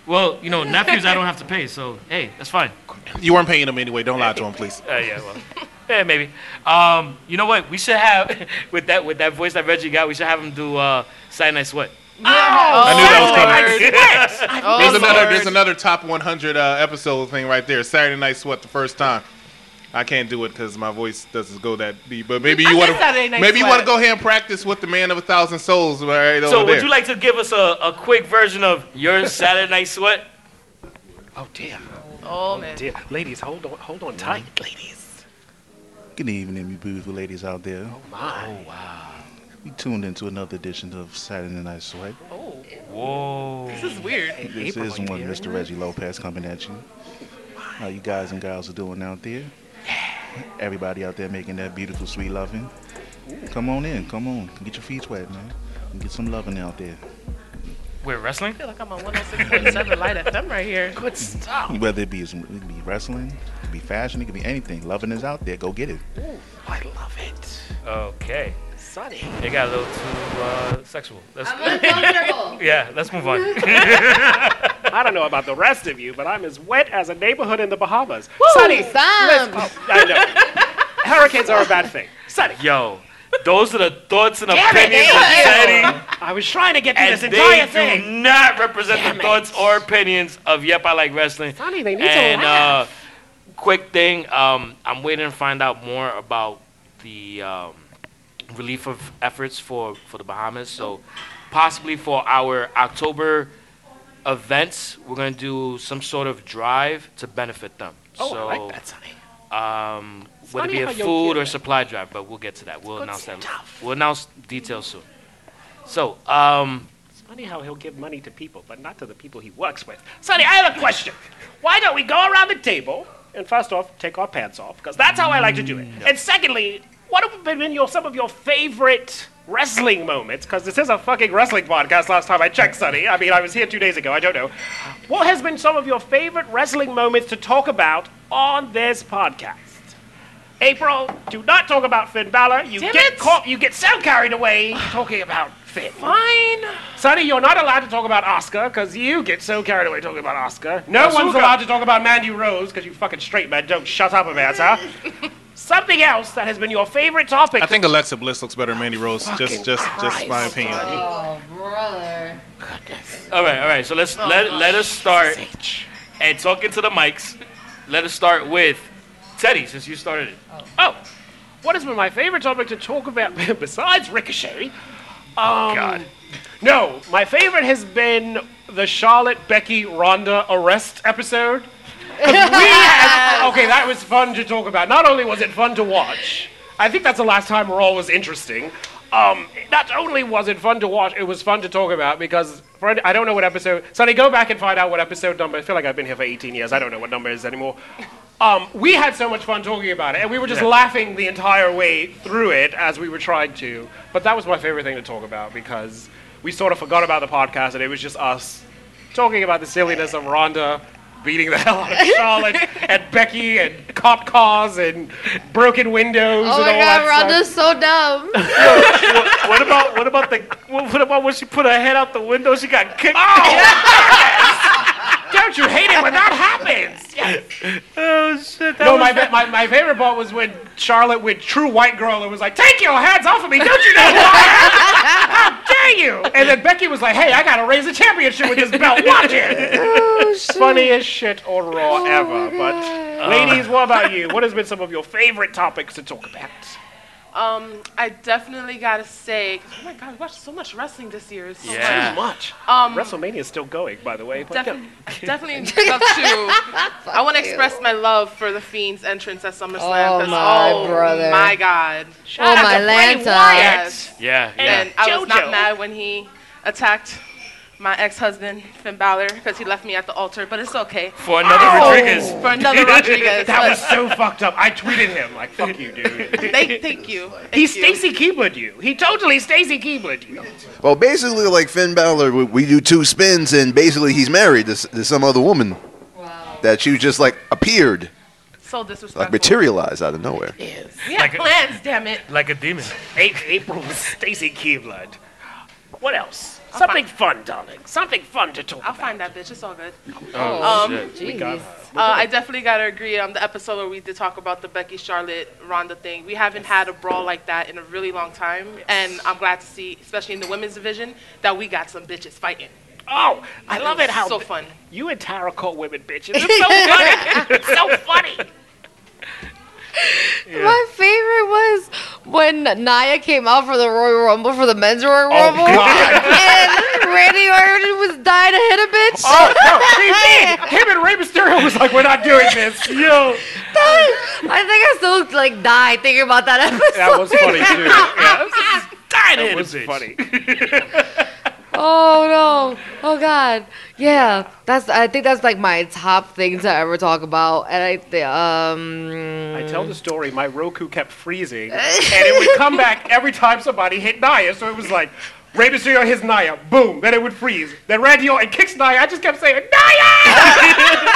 S2: Well, you know, nephews I don't
S7: [laughs]
S2: have to pay, so hey, that's fine.
S8: You weren't paying him anyway. Don't lie to him, please.
S7: Oh,
S2: Uh, yeah, well, [laughs] yeah, maybe. Um, you know what? We should have [laughs] with that with that voice that Reggie got. We should have him do uh, Saturday Night Sweat.
S7: Oh,
S8: I knew that was coming.
S3: Oh,
S8: There's another, there's
S3: Lord.
S8: another top 100 uh, episode thing right there. Saturday Night Sweat, the first time. I can't do it because my voice doesn't go that deep. But maybe you
S6: I
S8: want to,
S6: miss Saturday Night
S8: maybe you
S6: Sweat.
S8: want to go ahead and practice with the man of a thousand souls right over
S2: So, would
S8: there.
S2: you like to give us a, a quick version of your Saturday Night Sweat?
S7: Oh dear.
S6: Oh, man.
S7: Dear. Ladies, hold on, hold on tight,
S8: Oh,
S7: ladies.
S10: Good evening, you beautiful ladies out there.
S7: My.
S10: We tuned into another edition of Saturday Night Sweat.
S2: Whoa.
S6: This is weird.
S10: This is one Mr. Reggie Lopez coming at you. How you guys and gals are doing out there? Everybody out there making that beautiful, sweet loving. Come on in, come on, get your feet wet, man. And Get some loving out there.
S2: We're wrestling?
S6: I feel like I'm on 106.7 Light FM right here.
S7: Good stuff.
S10: Whether it be, some, it could be wrestling, it could be fashion, it could be anything. Loving is out there. Go get it.
S7: I love it.
S2: Okay.
S7: Sunny.
S2: It got a little too uh, sexual. Let's,
S3: I'm
S2: [laughs]
S3: uncomfortable.
S2: yeah, let's move on.
S7: I don't know about the rest of you, but I'm as wet as a neighborhood in the Bahamas. oh,
S3: Sunny, Sam.
S7: I know. Hurricanes are a bad thing. Sunny.
S2: Yo, those are the thoughts and
S3: Damn it,
S2: opinions of
S3: Daniel.
S2: Teddy.
S7: I was trying to get through
S2: And
S7: this entire
S2: they
S7: thing.
S2: do not represent the thoughts or opinions of Yep, I Like Wrestling.
S7: Sonny, they need to
S2: and,
S7: laugh.
S2: Uh, quick thing, um, I'm waiting to find out more about the um, relief of efforts for, for the Bahamas. So possibly for our October events, we're going to do some sort of drive to benefit them.
S7: Oh,
S2: so,
S7: I like that, Sonny.
S2: Um, whether it
S7: funny
S2: be a
S7: how you'll
S2: food
S7: hear
S2: or
S7: that.
S2: supply drive, but we'll get to that. We'll
S7: Good
S2: announce that.
S7: stuff.
S2: We'll announce details soon. So, um,
S7: It's funny how he'll give money to people, but not to the people he works with. Sonny, I have a question. Why don't we go around the table and first off, take our pants off, because that's how I like to do it.
S6: Mm.
S7: And secondly, what have been your, some of your favorite wrestling moments? Because this is a fucking wrestling podcast last time I checked, Sonny. I mean, I was here two days ago, I don't know. What has been some of your favorite wrestling moments to talk about on this podcast? April, do not talk about Finn Balor. You
S6: Damn
S7: get
S6: it.
S7: caught, you get so carried away talking about Finn.
S6: Fine.
S7: Sonny, you're not allowed to talk about Oscar because you get so carried away talking about Oscar. No
S2: Bazooka.
S7: one's allowed to talk about Mandy Rose because you fucking straight man don't shut up about her. Something else that has been your favorite topic.
S10: I think Alexa Bliss looks better than Mandy Rose. Just, just, just my
S7: Christ.
S10: opinion.
S3: Oh, brother.
S2: all right, all right. So let's
S3: Oh,
S2: let let us start and talking to the mics. Let us start with Teddy, since you started it.
S3: Uh,
S7: Oh, what has been my favorite topic to talk about [laughs] besides Ricochet? Um,
S2: God.
S7: No, my favorite has been the Charlotte Becky Ronda arrest episode. 'Cause we had- okay, that was fun to talk about. Not only was it fun to watch, I think that's the last time Raw was interesting. Um, not only was it fun to watch, it was fun to talk about because for any, I don't know what episode. Sonny, go back and find out what episode number. I feel like I've been here for 18 years. I don't know what number it is anymore. Um, we had so much fun talking about it, and we were just
S2: Yeah.
S7: laughing the entire way through it as we were trying to. But that was my favorite thing to talk about because we sort of forgot about the podcast, and it was just us talking about the silliness of Rhonda beating the [laughs] hell
S3: [laughs]
S7: out of Charlotte and Becky and cop cars and broken windows
S3: Oh
S7: and
S3: my
S7: all
S3: God,
S7: that stuff.
S3: Rhonda's so dumb.
S2: [laughs] What, what about what about the what, what about when she put her head out the window? She got
S3: Oh.
S2: kicked.
S7: [laughs] Don't you hate it when that happens?
S2: Oh shit! That
S7: no,
S2: was
S7: my, fa- my my favorite part was when Charlotte, with true white girl, was like, "Take your hands off of me! Don't you know who I am? How dare you?" And then Becky was like, "Hey, I gotta raise a championship with this belt. Watch it." Funniest shit on Raw ever. But ladies, what about you? What has been some of your favorite topics to talk about?
S6: Um, I definitely gotta say, 'cause, oh my God, we watched so much wrestling this year. It's So
S2: Yeah.
S6: much.
S7: Too much.
S6: Um,
S7: WrestleMania is still going, by the way. But
S6: Definitely,
S7: [laughs]
S6: definitely love to.
S3: [laughs]
S6: I want to express my love for the Fiend's entrance at SummerSlam.
S3: Oh,
S6: 'cause,
S3: my
S6: oh,
S3: brother.
S6: My God.
S3: Oh, my Lanta.
S6: Yes.
S2: yeah, yeah.
S6: And I was
S7: JoJo.
S6: not mad when he attacked my ex-husband Finn Balor because he left me at the altar, but it's okay.
S2: For another Rodriguez.
S6: For another Rodriguez.
S7: [laughs] that
S6: but
S7: was so fucked up. I tweeted him like, "Fuck you, dude."
S6: Thank, thank you. Thank
S7: He
S6: you.
S7: Stacy Keeblered you. He totally Stacy Keeblered you.
S5: Well, basically, like Finn Balor, we, we do two spins, and basically, he's married to, s- to some other woman
S3: Wow.
S5: that she just like appeared,
S6: so disrespectful.
S5: like materialized out of nowhere.
S6: We had plans, damn it.
S2: like a demon.
S7: A- April was Stacy Keeblood. What else? Something fun, darling. Something fun to talk
S6: I'll
S7: about.
S6: find that bitch. It's all good.
S2: Oh,
S6: Um,
S2: shit.
S3: Jeez.
S6: Uh, I definitely gotta agree on the episode where we did talk about the Becky Charlotte Ronda thing. We haven't had a brawl like that in a really long time, and I'm glad to see, especially in the women's division, that we got some bitches fighting.
S7: Oh, I love it how
S6: so
S7: bi-
S6: fun.
S7: you and Tara call women bitches.
S6: [laughs]
S7: It's so funny. it's so funny.
S3: My favorite was
S2: Oh,
S3: when Naya came out for the Royal Rumble for the men's Royal Rumble,
S7: God.
S3: and Randy Orton was dying to hit a bitch.
S7: Oh, no, he did. Him and Rey Mysterio was like, we're not doing this. Yo.
S3: [laughs] I think I still like die thinking about that episode. [laughs]
S7: That was funny,
S6: [laughs]
S7: too. Yeah,
S2: Dying to
S7: that
S2: hit a
S7: was
S2: bitch.
S7: funny.
S3: Oh no! Oh god! Yeah, that's. I think that's like my top thing to ever talk about, and I think um.
S7: I tell the story, my Roku kept [laughs] freezing, and it would come back every time somebody hit Naya. So it was like, Rey Mysterio hits Naya, boom, then it would freeze. Then Randy Orton kicks Naya. I just kept saying, [laughs]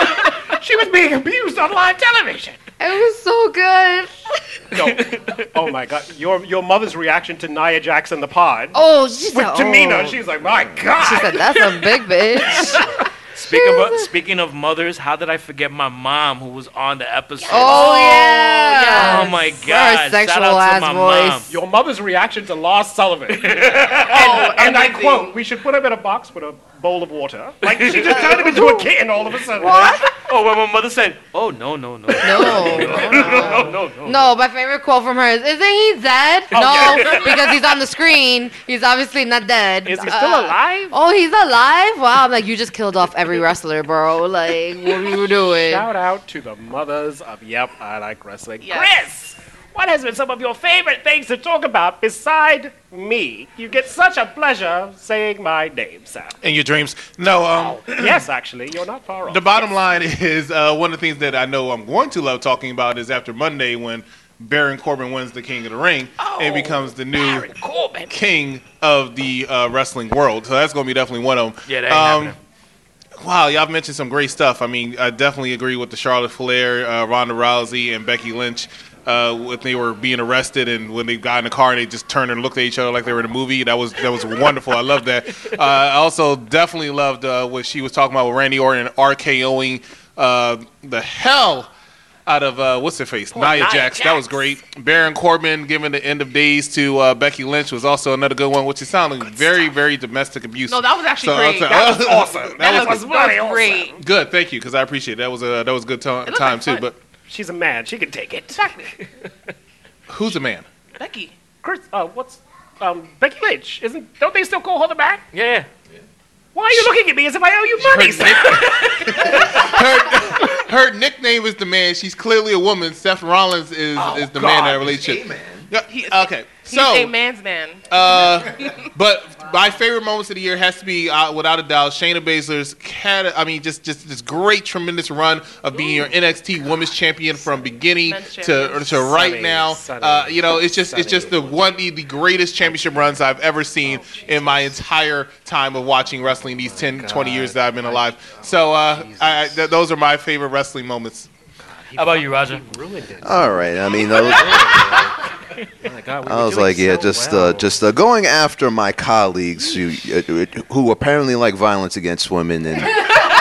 S7: Naya! she was being abused on live television.
S3: It was so good.
S7: No. Oh my god. Your, your mother's reaction to Nia Jax in the pod.
S3: Oh, she's
S7: With
S3: like,
S7: Tamina,
S3: oh.
S7: she's like, my god.
S3: She said, "That's a big bitch."
S2: Speaking of, speaking of mothers, how did I forget my mom who was on the episode?
S3: oh yeah.
S2: Oh, my
S3: Her
S2: God. Shout
S3: sexual
S2: out to
S3: ass
S2: my
S3: voice.
S2: mom.
S7: your mother's reaction to Lars [laughs] Sullivan. and and I
S6: everything.
S7: quote, we should put him in a box with a bowl of water. [laughs] Like, she just turned him into a kitten all of a sudden.
S2: Oh, when my mother said, "Oh no, no, no." [laughs]
S3: No.
S7: No, no, no.
S3: No, my favorite quote from her is, "Isn't he dead?"
S7: Oh,
S3: no, [laughs] because he's on the screen. He's obviously not dead.
S7: Is he
S3: Uh,
S7: still alive?
S3: Oh, he's alive! Wow, I'm like, you just killed off every wrestler, bro. Like, what were you doing?
S7: Shout out to the mothers of Yep, I Like Wrestling.
S6: Yes.
S7: Chris, what has been some of your favorite things to talk about beside me? You get such a pleasure saying my name, Sam.
S8: In your dreams. No, um,
S7: yes, actually, you're not far off.
S8: The bottom line is uh, one of the things that I know I'm going to love talking about is after Monday when Baron Corbin wins the King of the Ring and becomes the new king of the uh, wrestling world. So that's going to be definitely one of them.
S2: Yeah, that ain't happening.
S8: Um, Wow, y'all mentioned some great stuff. I mean, I definitely agree with the Charlotte Flair, uh, Ronda Rousey, and Becky Lynch. Uh, when they were being arrested and when they got in the car and they just turned and looked at each other like they were in a movie, that was that was wonderful. I love that. Uh, I also definitely loved uh, what she was talking about with Randy Orton and RKOing uh, the hell out of uh, what's her face, Nia,
S7: Nia
S8: Jax. That was
S7: Jax.
S8: great. Baron Corbin giving the end of days to uh, Becky Lynch was also another good one, which is sounding very very domestic abuse.
S6: No, that was actually
S8: I'll
S6: great.
S8: tell- [laughs]
S6: That
S8: awesome. That, was,
S6: was, that was great.
S8: good. Thank you, because I appreciate it. that was a that was a good to-
S6: looked
S8: time
S6: like
S8: too.
S6: fun.
S8: But
S7: She's a man. She can take it. [laughs]
S6: Exactly.
S8: who's a man?
S6: Becky.
S7: Chris, uh, what's um, Becky Lynch? Isn't don't they still call her the man?
S2: Yeah.
S7: Why are you looking at me as if I owe you money?
S8: nick- her, her nickname is the man. She's clearly a woman. Seth Rollins is
S2: Oh,
S8: is the man in that relationship. Yeah, okay,
S6: He's
S8: so
S6: a man's man.
S7: [laughs]
S8: Uh, But my favorite moments of the year has to be, uh, without a doubt, Shayna Baszler's cat. I mean, just just this great, tremendous run of being your NXT Women's Champion from beginning
S6: Men's
S8: to
S6: champion.
S8: to right
S7: Sunny,
S8: now.
S7: sunny,
S8: Uh, you know, it's just it's just the one the the greatest championship runs I've
S6: Oh,
S8: ever seen in my entire time of watching wrestling. These 10,
S6: Oh,
S8: 20 years that I've been alive. So uh, I, I- th- those are my favorite wrestling moments.
S2: How about you, Roger?
S5: All right. I mean, I was, I was like, yeah, just uh, just uh, going after my colleagues who uh, who apparently like violence against women and.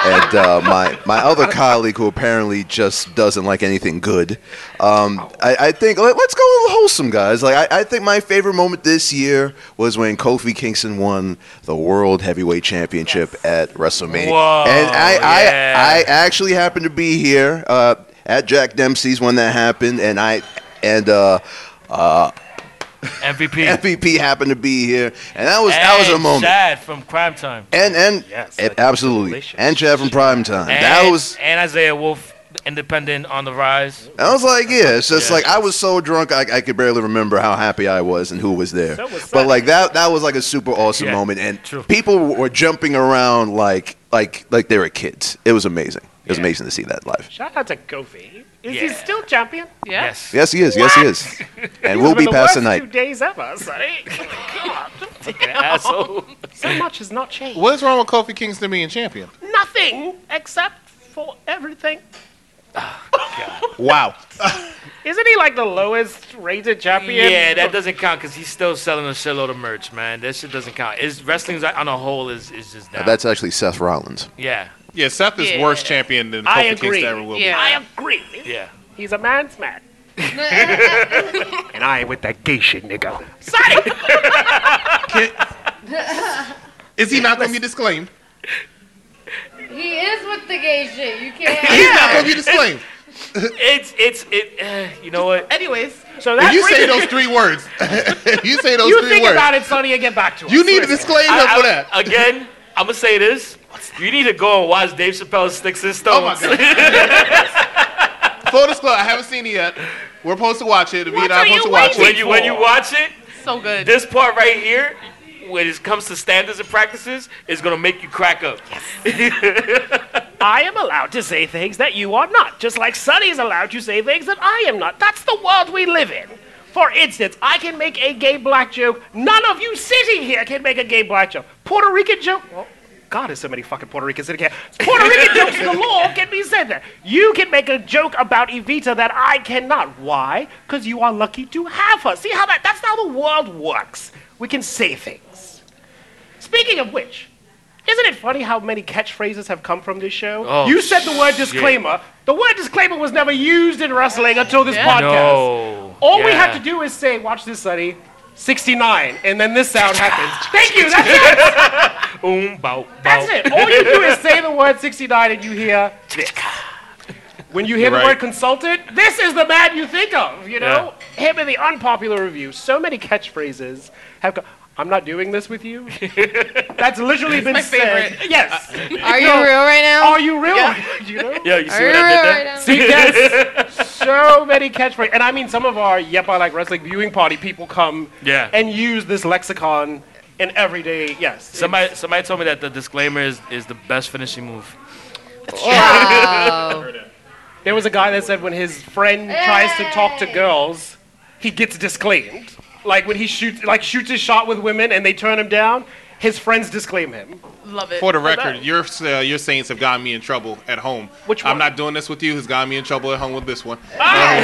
S5: And uh, my my other colleague, who apparently just doesn't like anything good, um, I, I think let, us go with wholesome guys. Like I, I think my favorite moment this year was when Kofi Kingston won the World Heavyweight Championship at WrestleMania,
S2: Whoa,
S5: and I
S2: yeah.
S5: I, I actually happened to be here uh, at Jack Dempsey's when that happened, and I and uh, uh,
S2: MVP.
S5: MVP happened to be here, and that was that was a
S2: And
S5: moment.
S2: Chad from Crime Time.
S5: And and,
S7: Yes,
S5: and
S7: that's
S5: absolutely,
S7: delicious.
S5: and Chad from Prime Time. that
S2: And-
S5: was
S2: and Isaiah Wolf, independent on the rise.
S5: I was like, yeah. It's just like I was so drunk, I, I could barely remember how happy I was and who was there.
S7: That was
S5: but
S7: sad.
S5: like that, that was like a super awesome
S2: Yeah,
S5: moment, and
S2: true.
S5: people were jumping around like like like they were kids. It was amazing. It was amazing to see that live.
S7: Shout out to Kofi. Is he
S2: Yeah.
S7: still champion?
S6: Yeah.
S2: Yes.
S5: Yes, he is. Yes, he is. And we'll
S7: It's been
S5: be
S7: the
S5: past
S7: worst
S5: the
S7: Two
S5: night.
S7: days ever, Sonny. Oh God,
S2: Asshole.
S7: so much has not changed.
S8: What is wrong with Kofi Kingston being champion?
S7: Nothing except for everything.
S8: Wow.
S7: Isn't he like the lowest rated champion?
S2: Yeah, that doesn't count because he's still selling a shitload of merch, man. That shit doesn't count. It's wrestling's on a whole is is just down.
S5: That's actually Seth Rollins.
S2: yeah,
S8: Yeah, Seth is
S6: Yeah.
S8: worse champion than
S7: I
S8: Kofi
S7: agree.
S8: Kingston ever will be.
S6: Yeah.
S7: I agree.
S2: yeah.
S7: He's a man's man. and I ain't with that gay shit, nigga.
S8: Is he not going to be disclaimed?
S3: [laughs] He is with the gay
S7: [laughs]
S3: shit. You can't.
S8: He's not going to be disclaimed.
S2: It's it's it. Uh, you know what?
S6: Anyways,
S7: So
S12: If
S7: that
S12: you say
S7: brings-
S12: those three words, if you say those
S7: you
S12: three
S7: think
S12: words,
S7: about it, Sonny, and get back to us.
S12: you need a
S7: Seriously.
S12: disclaimer for
S2: I- I-
S12: that.
S2: Again, I'm gonna say this. You need to go and watch Dave Chappelle's Sticks and Stones.
S12: Oh my god. Full disclosure, I haven't seen it yet. We're supposed to watch it. The
S6: What
S12: Vita, I'm
S6: are
S12: supposed to
S6: you
S12: watch
S2: when
S12: it.
S2: you when you watch it,
S6: So good.
S2: this part right here, when it comes to standards and practices, is gonna make you crack up.
S7: I am allowed to say things that you are not, just like Sonny is allowed to say things that I am not. That's the world we live in. For instance, I can make a gay black joke. None of you sitting here can make a gay black joke. Puerto Rican joke. Well, God, there's so many fucking Puerto Ricans sitting here. Puerto Rican [laughs] jokes galore can be said there. You can make a joke about Evita that I cannot. Why? Because you are lucky to have her. See how that? That's how the world works. We can say things. Speaking of which, isn't it funny how many catchphrases have come from this show?
S2: Oh,
S7: you said the word disclaimer. The word disclaimer was never used in wrestling until this podcast.
S2: No.
S7: All we
S2: Yeah.
S7: have to do is say, watch this, Sonny, 69, and then this sound happens. Thank you, that's it.
S2: Boom, Um, bow,
S7: That's
S2: bow.
S7: it. All you do
S2: [laughs]
S7: is say the word 69 and you hear this. When you hear the
S12: right.
S7: word consultant, this is the man you think of, you know? Him in the unpopular review. So many catchphrases have come. I'm not doing this
S2: [laughs]
S7: with you. That's literally been
S6: my
S7: said.
S6: favorite.
S7: Yes.
S3: Are you real right now?
S7: Are you real? you know?
S2: Uh, Yo, you see
S3: Are you
S2: what
S3: real
S2: I did
S3: right
S2: there?
S3: now?
S2: [laughs]
S7: See, yes. So many catchphrases. And I mean, some of our Yep, I Like Wrestling viewing party people come
S2: Yeah.
S7: and use this lexicon in everyday, yes.
S2: Somebody, somebody told me that the disclaimer is, is the best finishing move.
S7: [laughs]
S3: Wow.
S7: There was a guy that said when his friend tries to talk to girls, he gets disclaimed. Like when he shoots, like shoots his shot with women and they turn him down, his friends disclaim him.
S6: Love it.
S12: For the record, your uh, your sayings have gotten me in trouble at home.
S7: Which
S12: I'm
S7: one?
S12: not doing this with you. Has gotten me in trouble at home with this one. Um,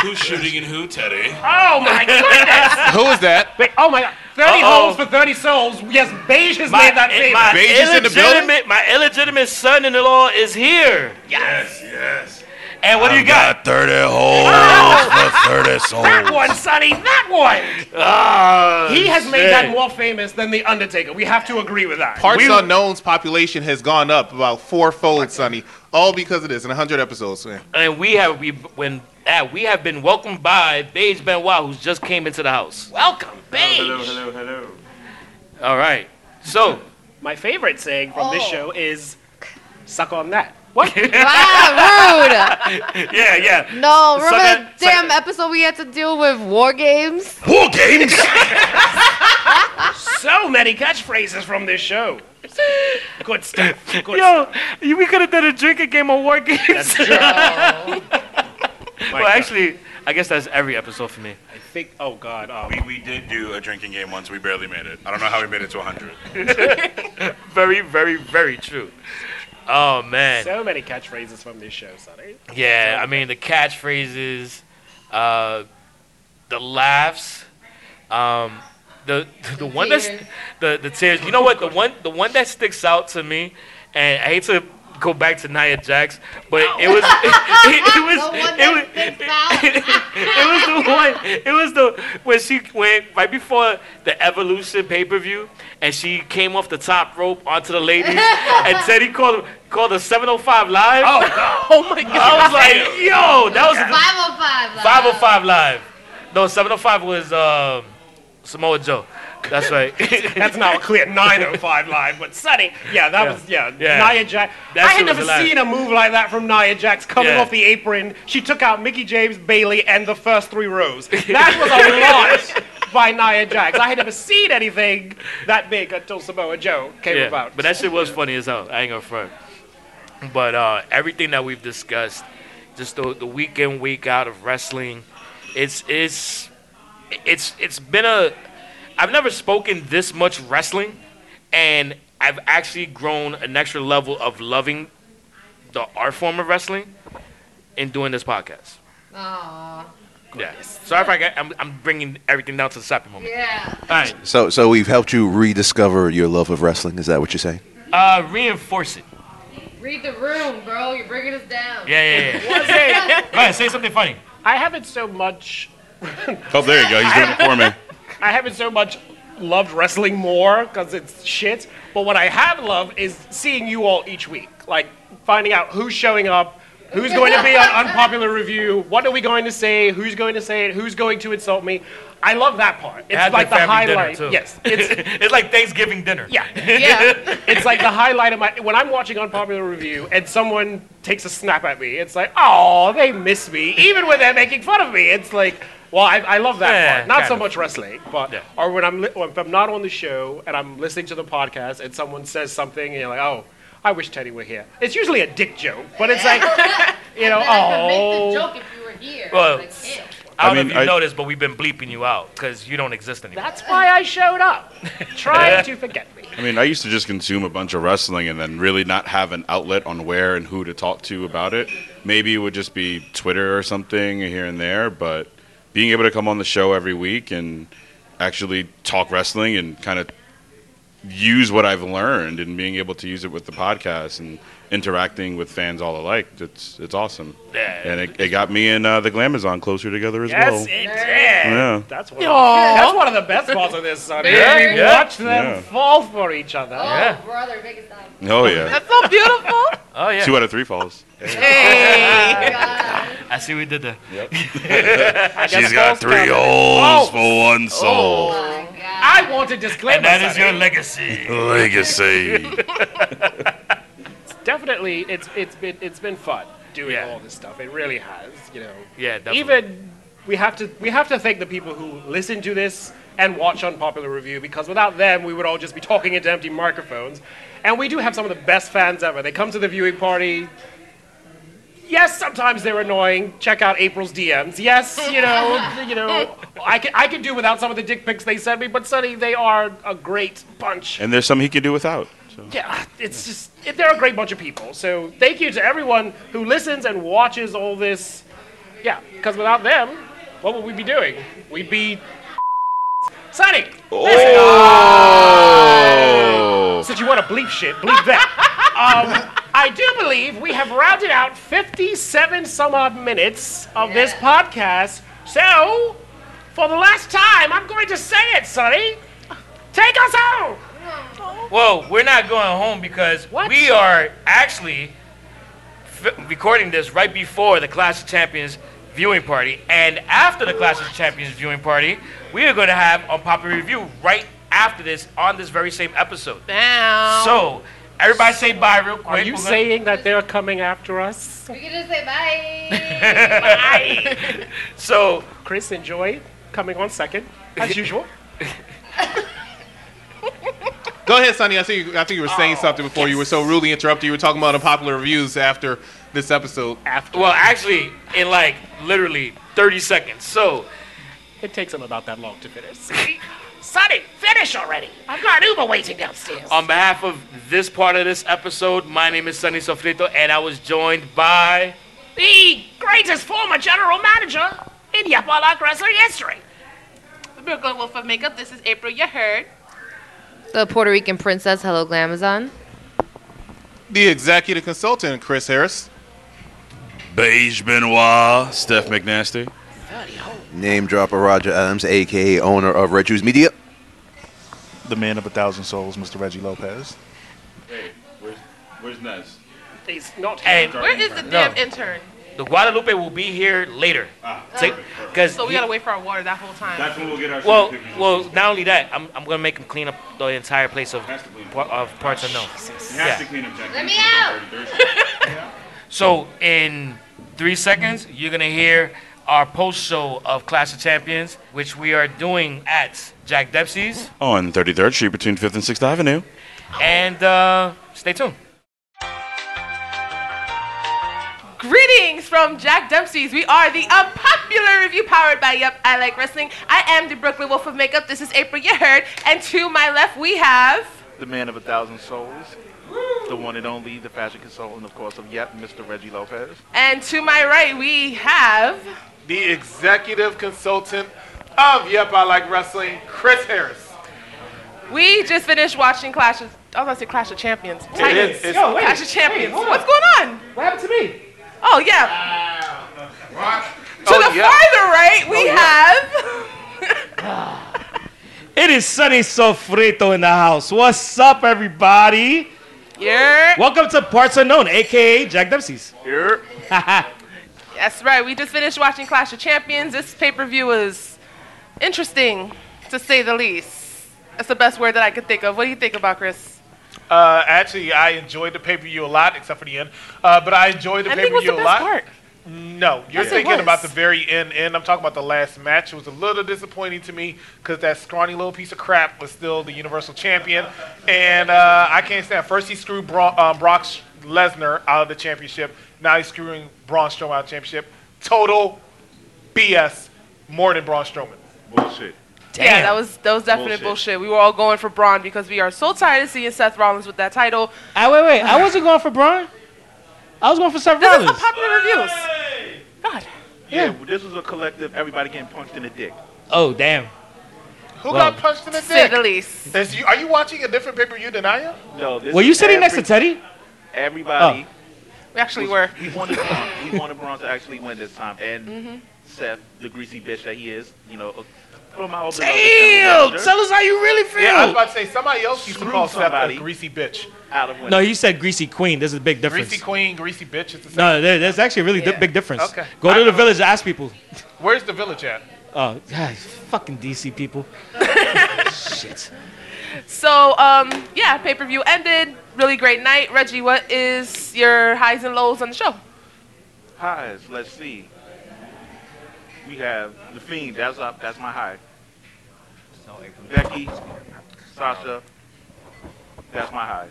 S13: Who's shooting and who, Teddy?
S7: Oh [laughs] my goodness!
S12: [laughs] Who is that?
S7: Wait, oh my god, 30
S2: Uh-oh.
S7: holes for 30 souls. Yes, Beige has
S2: My,
S7: made that
S2: eh,
S7: favor.
S2: my
S12: Beige is in the building?
S2: illegitimate, my illegitimate son-in-law is here.
S13: Yes, yes.
S2: And what do you got?
S13: 30 holes for 30
S7: that
S13: souls.
S7: one, Sonny, that one!
S2: Ah,
S7: He has made
S2: shit.
S7: that more famous than The Undertaker. We have to agree with that.
S12: Parts unknown's population has gone up about fourfold, Sonny. All because of this in 100 episodes, man.
S2: [laughs] And we have we when ah, we have been welcomed by Beige Benoit, who's just came into the house.
S7: Welcome, Beige!
S13: hello, hello.
S2: All right.
S7: [laughs]
S2: So [laughs]
S7: My favorite saying from this show is, suck on that. What? [laughs]
S3: wow, rude.
S2: yeah, yeah.
S3: No, remember
S2: Suck
S3: that
S2: it, suck
S3: damn episode we had to deal with war games?
S13: War games?
S7: so many catchphrases from this show. Good stuff. Good stuff.
S2: Yo, you- we could have done a drinking game or war games. well, actually, I guess that's every episode for me.
S7: I think. Oh God. Um,
S13: We, we did do a drinking game once. We barely made it. I don't know how we made it to
S7: [laughs]
S13: 100.
S2: Very, very, very true. Oh man.
S7: so many catchphrases from this show, Sonny.
S2: Yeah, I mean the catchphrases, uh, the laughs, um, the [laughs] the one that's
S3: tears.
S2: the the tears. You know what? The one the one that sticks out to me, and I hate to go back to Nia Jax, but it was [laughs] it, was
S3: The one
S2: it
S3: that
S2: was.
S3: sticks out.
S2: [laughs] It was the one. It was the when she went right before the Evolution pay per view, and she came off the top rope onto the
S7: [laughs]
S2: ladies, and Teddy called called a 705 live. [laughs] Oh, my god! [laughs] I was like, yo, that was
S3: 505. like.
S2: 505 live. No, 705 was um, Samoa Joe. That's right.
S7: That's not a
S2: [laughs]
S7: clear 905 live, but Sonny. Yeah, that was yeah.
S2: Yeah.
S7: Nia Jax.
S2: That
S7: I had
S2: shit was
S7: never
S2: hilarious.
S7: seen a move like that from Nia Jax coming
S2: Yeah.
S7: off the apron. She took out Mickey James, Bailey, and the first three
S2: [laughs]
S7: rows. That was a lot by Nia Jax. I had never seen anything that big until Samoa Joe came
S2: yeah,
S7: about.
S2: but that shit was funny as hell. I ain't gonna front. But uh, everything that we've discussed, just the, the week in week out of wrestling, it's it's it's it's been a. I've never spoken this much wrestling, and I've actually grown an extra level of loving the art form of wrestling in doing this podcast.
S3: Aw,
S2: Yeah. Sorry if I got, I'm, I'm bringing everything down to the stopping moment.
S3: yeah.
S2: All right.
S5: So, so we've helped you rediscover your love of wrestling. Is that what you're saying?
S2: Uh, reinforce it.
S3: Read the room, bro. You're bringing us down.
S2: [laughs] Yeah, yeah, yeah. Go ahead, say something funny.
S7: I haven't so much
S13: Oh, there you go. He's doing it for me.
S7: I haven't so much loved wrestling more because it's shit. But what I have loved is seeing you all each week, like finding out who's showing up, Who's going to be on unpopular review? What are we going to say? Who's going to say it? Who's going to insult me? I love that part. It's
S2: had
S7: like the
S2: their family dinner,
S7: highlight.
S2: too. [laughs]
S7: Yes, it's,
S2: it's like Thanksgiving dinner. [laughs]
S7: Yeah, yeah. it's like the highlight of my when I'm watching unpopular review and someone takes a snap at me. It's like, oh, they miss me, even when they're making fun of me. It's like, well, I, I love that
S2: Yeah,
S7: part. Not
S2: kind
S7: so
S2: of.
S7: much wrestling, but or when I'm li- or if I'm not on the show and I'm listening to the podcast and someone says something and you're like, oh, I wish Teddy were here. It's usually a dick joke, but it's like, you know, oh.
S3: if you were here.
S2: Well, I
S7: I
S2: don't
S7: mean,
S2: know if you
S7: I-
S2: noticed, but we've been bleeping you out because you don't exist anymore.
S7: That's why I
S2: [laughs]
S7: showed up. Trying to forget me.
S13: I mean, I used to just consume a bunch of wrestling and then really not have an outlet on where and who to talk to about it. Maybe it would just be Twitter or something here and there, but being able to come on the show every week and actually talk wrestling and kind of use what I've learned and being able to use it with the podcast and interacting with fans all alike, it's it's awesome.
S2: Yeah.
S13: And it, it got me and uh, the Glamazon closer together as
S7: Yes,
S13: well.
S7: it did.
S13: Yeah.
S7: That's one, of,
S2: Aw.
S7: that's one of the best parts of this, Sonny.
S2: Yeah,
S7: We
S2: yeah.
S7: watched them
S13: Yeah.
S7: fall for each other.
S2: Oh, Yeah.
S3: brother, make it stop.
S13: Oh
S7: [laughs]
S13: yeah.
S7: That's
S2: [laughs]
S7: so beautiful.
S2: Oh yeah.
S13: Two out of three falls.
S2: I see we did that.
S7: [laughs]
S13: She's got three holes for one soul.
S7: I want a disclaimer.
S2: Oh, And that is
S7: Sonny.
S2: your legacy.
S13: [laughs]
S7: Oh! [laughs]
S13: Legacy.
S7: Definitely, it's it's been it's been fun doing all this stuff. It really has, you know.
S2: [laughs] Yeah, definitely.
S7: Even we have to we have to thank the people who listen to this and watch unpopular review because without them we would all just be talking into empty microphones. And we do have some of the best fans ever. They come to the viewing party. Yes, sometimes they're annoying. Check out April's DMs. Yes, you
S2: [laughs]
S7: know, you know, I can, I can do without some of the dick pics they send me, but Sonny, they are a great bunch.
S13: and there's some he can do without. So.
S7: Yeah, it's just it, they're a great bunch of people. So thank you to everyone who listens and watches all this. Yeah, because without them, what would we be doing? We'd be [laughs] Sonic.
S2: Oh.
S13: Oh.
S7: Since you want to bleep shit, bleep that. um, I do believe we have rounded out 57 some odd minutes of this podcast. So, for the last time, I'm going to say it, Sonny. Take us home.
S2: Well, we're not going home because
S7: What?
S2: we are actually f- recording this right before the Clash of Champions viewing party, and after the Clash of Champions viewing party, we are going to have unpopular review right after this on this very same episode.
S6: Bam.
S2: So, everybody say bye real quick.
S7: Are you
S2: We're gonna-
S7: saying that they're coming after us?
S3: We can just say bye.
S2: So,
S7: Chris, enjoy coming on second, as usual.
S12: Go ahead, Sonny. I think you, I think you were saying something before you were so rudely interrupted. You were talking about unpopular reviews after this episode.
S7: After.
S2: well, actually, in like literally 30 seconds. So,
S7: It takes them about that long to finish. Sonny, finish already. I've got Uber waiting downstairs.
S2: [laughs] on behalf of this part of this episode, my name is Sunny Sofrito, and I was joined by.
S7: the greatest former general manager in Yapalak wrestling history.
S6: Brooklyn Wolf of Makeup. This is April. You heard.
S3: the Puerto Rican princess, hello Glamazon.
S12: The executive consultant, Chris Harris.
S13: Beige Benoit, Steph McNasty.
S5: Name dropper Roger Adams, aka owner of Red Juice Media.
S10: The man of a thousand souls, Mr. Reggie Lopez.
S13: Where's, where's Ness?
S7: He's not here.
S2: And
S6: Where is the damn intern?
S2: the Guadalupe will be here later. Because
S6: So we gotta wait for our water that whole time.
S13: when we'll get our
S2: well, well, not only that, I'm, I'm gonna make him clean up the entire place of
S13: Has to clean up.
S2: par- of parts unknown. Yeah.
S13: clean up Jack.
S3: Let me out.
S2: So in three seconds, you're gonna hear our post show of Clash of Champions, which we are doing at Jack Dempsey's,
S13: On 33rd Street between 5th and 6th Avenue.
S2: and uh, stay tuned.
S6: Greetings from Jack Dempsey's. We are the unpopular review powered by Yep, I Like Wrestling. I am the Brooklyn Wolf of Makeup. This is April. You heard. And to my left, we have.
S10: The man of a thousand souls. The one and only, the fashion consultant, of course, of Yep, Mr. Reggie Lopez.
S6: And to my right, we have.
S12: The executive consultant of Yep, I Like Wrestling, Chris Harris.
S6: We just finished watching Clash of. I was gonna say Clash of Champions.
S12: is-
S6: Titans.
S12: it's-
S7: Yo, wait.
S6: Clash of Champions.
S7: Hey, hold on.
S6: What's going on?
S7: What happened to me?
S6: Oh yeah. To
S12: Oh,
S6: the
S12: yeah. Oh,
S6: farther right, we have.
S14: It is Sunny Sofrito in the house. What's up, everybody?
S6: Your
S14: Welcome to Parts Unknown, aka Jack Dempsey's. [laughs]
S10: Here.
S6: That's right. We just finished watching Clash of Champions. This pay per view was interesting, to say the least. That's the best word that I could think of. What do you think about Chris?
S8: Uh, actually, I enjoyed the pay per view a lot, except for the end. Uh, but I enjoyed the
S6: I
S8: pay
S6: think it
S8: per
S6: was the
S8: view a lot.
S6: best part.
S8: No, you're
S6: Yes, it
S8: thinking
S6: was.
S8: about the very end. End. I'm talking about the last match. It was a little disappointing to me because that scrawny little piece of crap was still the Universal Champion, and uh, I can't stand. First, he screwed Bra- um, Brock Sh- Lesnar out of the championship. Now he's screwing Braun Strowman out of the championship. Total BS. More than Braun Strowman. Bullshit.
S6: Yeah, that was that was definite bullshit.
S8: Bullshit.
S6: We were all going for Braun because we are so tired of seeing Seth Rollins with that title.
S2: I, Ah, wait, wait. I wasn't going for Braun. I was going for Seth
S6: This is
S2: Rollins.
S6: unpopular
S8: [laughs]
S6: reviews.
S11: Yeah, this was a collective. Everybody getting punched in the dick.
S2: Oh, damn.
S8: Who
S2: Well-
S8: got punched in the dick?
S6: Say the least.
S8: Is you, are you watching a different pay per view than I am?
S11: No, this
S2: Were you
S11: is
S2: sitting next
S11: every-
S2: to Teddy?
S11: Everybody.
S6: We actually were.
S11: We wanted
S2: Oh.
S11: Braun. We wanted Braun to actually win this time, and Seth, the greasy bitch that he is, you know, put him out.
S2: Damn! Tell us how you really feel.
S8: Yeah, I was about to say somebody else used to
S11: Screw
S8: call Seth a
S11: somebody.
S8: greasy bitch.
S11: Out of
S2: No, you said Greasy Queen. There's a big difference.
S8: greasy queen, greasy bitch. It's the same.
S2: No, there, there's actually a really di- big difference.
S8: Okay.
S2: Go to the village and ask people.
S8: Where's the village at?
S2: Oh, [laughs] God, fucking DC people. Shit.
S6: So um, yeah, pay per view ended. Really great night, Reggie. What is your highs and lows on the show?
S11: Highs. Let's see. We have the Fiend. That's up. That's my high. Becky, Sasha. That's my high.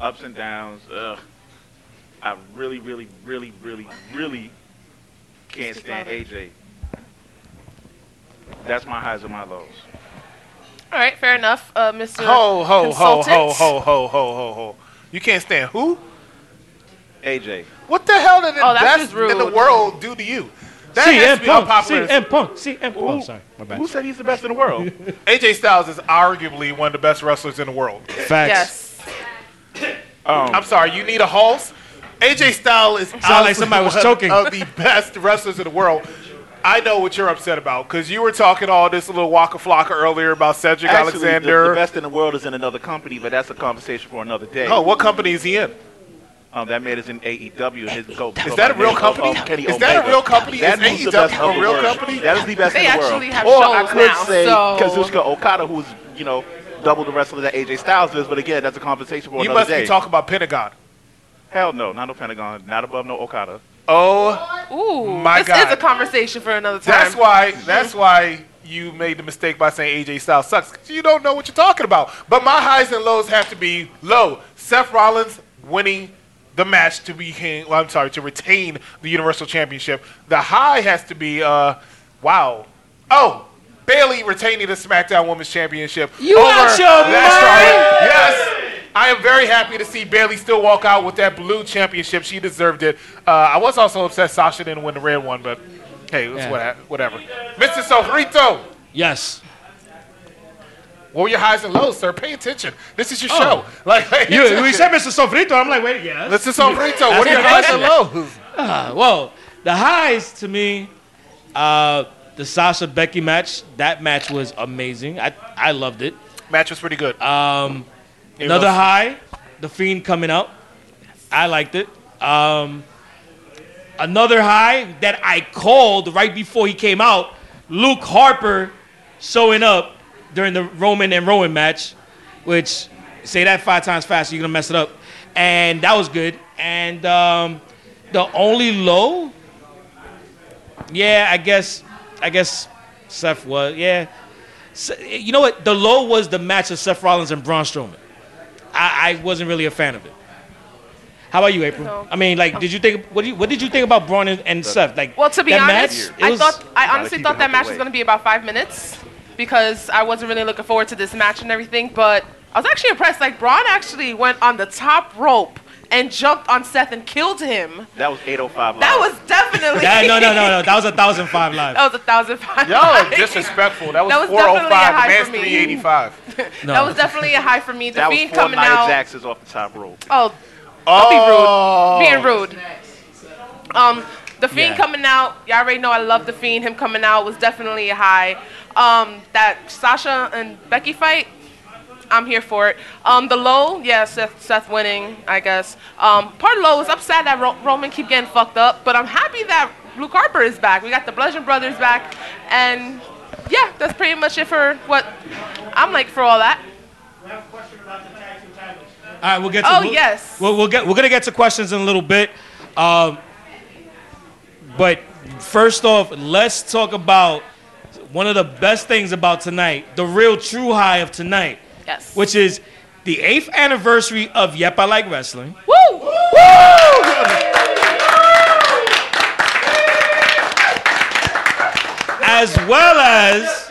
S11: Ups and downs. Ugh. I really, really, really, really, really can't stand AJ. That's my highs and my lows.
S6: All right, fair enough, uh, Mr.
S8: Ho ho ho
S6: Consultant.
S8: ho ho ho ho ho ho. You can't stand who?
S11: AJ.
S8: What the hell did the
S6: Oh, that's
S8: best
S6: just rude.
S8: in the world do to you? That
S2: CM
S8: has to be
S2: Punk,
S8: unpopular.
S2: CM Punk, CM Oh, sorry. My bad.
S11: Who said he's the best in the world?
S8: AJ Styles is arguably one of the best wrestlers in the world.
S2: Facts.
S11: Um,
S8: I'm sorry, you need a horse? AJ Styles is
S2: Sound like somebody was
S8: one
S2: choking.
S8: of the best wrestlers in the world. I know what you're upset about because you were talking all this little waka flocka earlier about Cedric
S11: Actually, the-
S8: Alexander.
S11: The, best in the world is in another company, but that's a conversation for another day.
S8: Oh, what company is he in?
S11: Um, that man is in AEW. His go, go
S8: Is
S11: by
S8: that a
S11: the
S8: real
S11: name of,
S8: company?
S11: um, Kenny
S8: Is that a
S11: Omega.
S8: real company? Is
S11: That who's the best of
S8: AEW
S11: the
S8: a real
S11: world.
S8: company?
S11: That is the best
S6: They
S11: in the world.
S6: actually have
S11: or I
S6: shows
S11: could
S6: now,
S11: say
S6: so-
S11: Kazuchika Okada, who's you know double the wrestler that AJ Styles is, but again, that's a conversation for
S8: You
S11: another
S8: must
S11: day.
S8: be talking about Pentagon.
S11: Hell no, not no Pentagon, not above no Okada.
S8: Oh,
S6: Ooh,
S8: My
S6: this
S8: God.
S6: is a conversation for another time. Mm-hmm.
S8: that's why. That's why you made the mistake by saying AJ Styles sucks. 'cause You don't know what you're talking about. But my highs and lows have to be low. Seth Rollins winning the match to be. Well, I'm sorry, to retain the Universal Championship. The high has to be. Uh, wow. Oh. Bailey retaining the SmackDown Women's Championship.
S2: You out your
S8: That's right.
S2: mind?
S8: Yes. I am very happy to see Bailey still walk out with that blue championship. She deserved it. Uh, I was also upset Sasha didn't win the red one, but hey, it's
S2: Yeah.
S8: what, whatever. Mr. Sofrito,
S2: Yes.
S8: what were your highs and lows, sir? Pay attention. This is your
S2: Oh.
S8: show. [laughs] Like, pay
S2: You,
S8: attention.
S2: you said Mr. Sofrito. I'm like, wait, yes.
S8: Mr. Sofrito, what are your highs
S2: That's
S8: and
S2: the
S8: lows?
S2: Ah, well, the highs to me, uh, the Sasha Becky match. That match was amazing. I I loved it.
S8: Match was pretty good.
S2: Um,
S8: It
S2: another
S8: was-
S2: high, the Fiend coming out. I liked it. Um, another high that I called right before he came out. Luke Harper showing up during the Roman and Rowan match, which say that five times fast, you're gonna mess it up. And that was good. And um, the only low, yeah, I guess, I guess Seth was, yeah. Se- you know what? The low was the match of Seth Rollins and Braun Strowman. I, I wasn't really a fan of it. How about you, April? I mean, like, did you think what? Do you, what did you think about Braun and, and Seth? Like,
S6: Well, to be
S2: that
S6: honest,
S2: match, it
S6: I
S2: was-
S6: thought I honestly thought that match was going to be about five minutes because I wasn't really looking forward to this match and everything. But I was actually impressed. Like Braun actually went on the top rope and jumped on Seth and killed him.
S11: That was 805.
S6: That was definitely
S2: That- no, no, no, no. That was a thousand five
S11: [laughs]
S6: [laughs]
S2: live.
S6: that was a thousand five. [laughs]
S8: Y'all are disrespectful. That was,
S6: That was definitely
S8: 405.
S6: a
S11: oh
S8: The
S6: high
S8: man's
S6: for me.
S8: 385.
S6: That was definitely a high for me. The
S11: That was
S6: Fiend
S11: four
S6: coming
S11: Nia
S6: out.
S11: Jaxes off the top rope.
S6: Oh,
S8: Oh.
S6: being rude. Um, the Fiend
S11: Yeah.
S6: coming out, y'all already know I love the Fiend. Him coming out was definitely a high. Um, that Sasha and Becky fight, I'm here for it. Um, the low, yeah, Seth, Seth winning, I guess. Um, part of the low is upset that Ro- Roman keep getting fucked up, but I'm happy that Luke Harper is back. We got the Bludgeon Brothers back, and yeah, that's pretty much it for what I'm like for all that.
S2: All right, we'll get. To,
S6: Oh,
S2: we'll-
S6: yes.
S2: We'll, we'll get. We're gonna get to questions in a little bit, um, but first off, let's talk about one of the best things about tonight, the real true high of tonight.
S6: Yes.
S2: Which is the eighth anniversary of Yep I Like Wrestling.
S6: Woo!
S2: as well as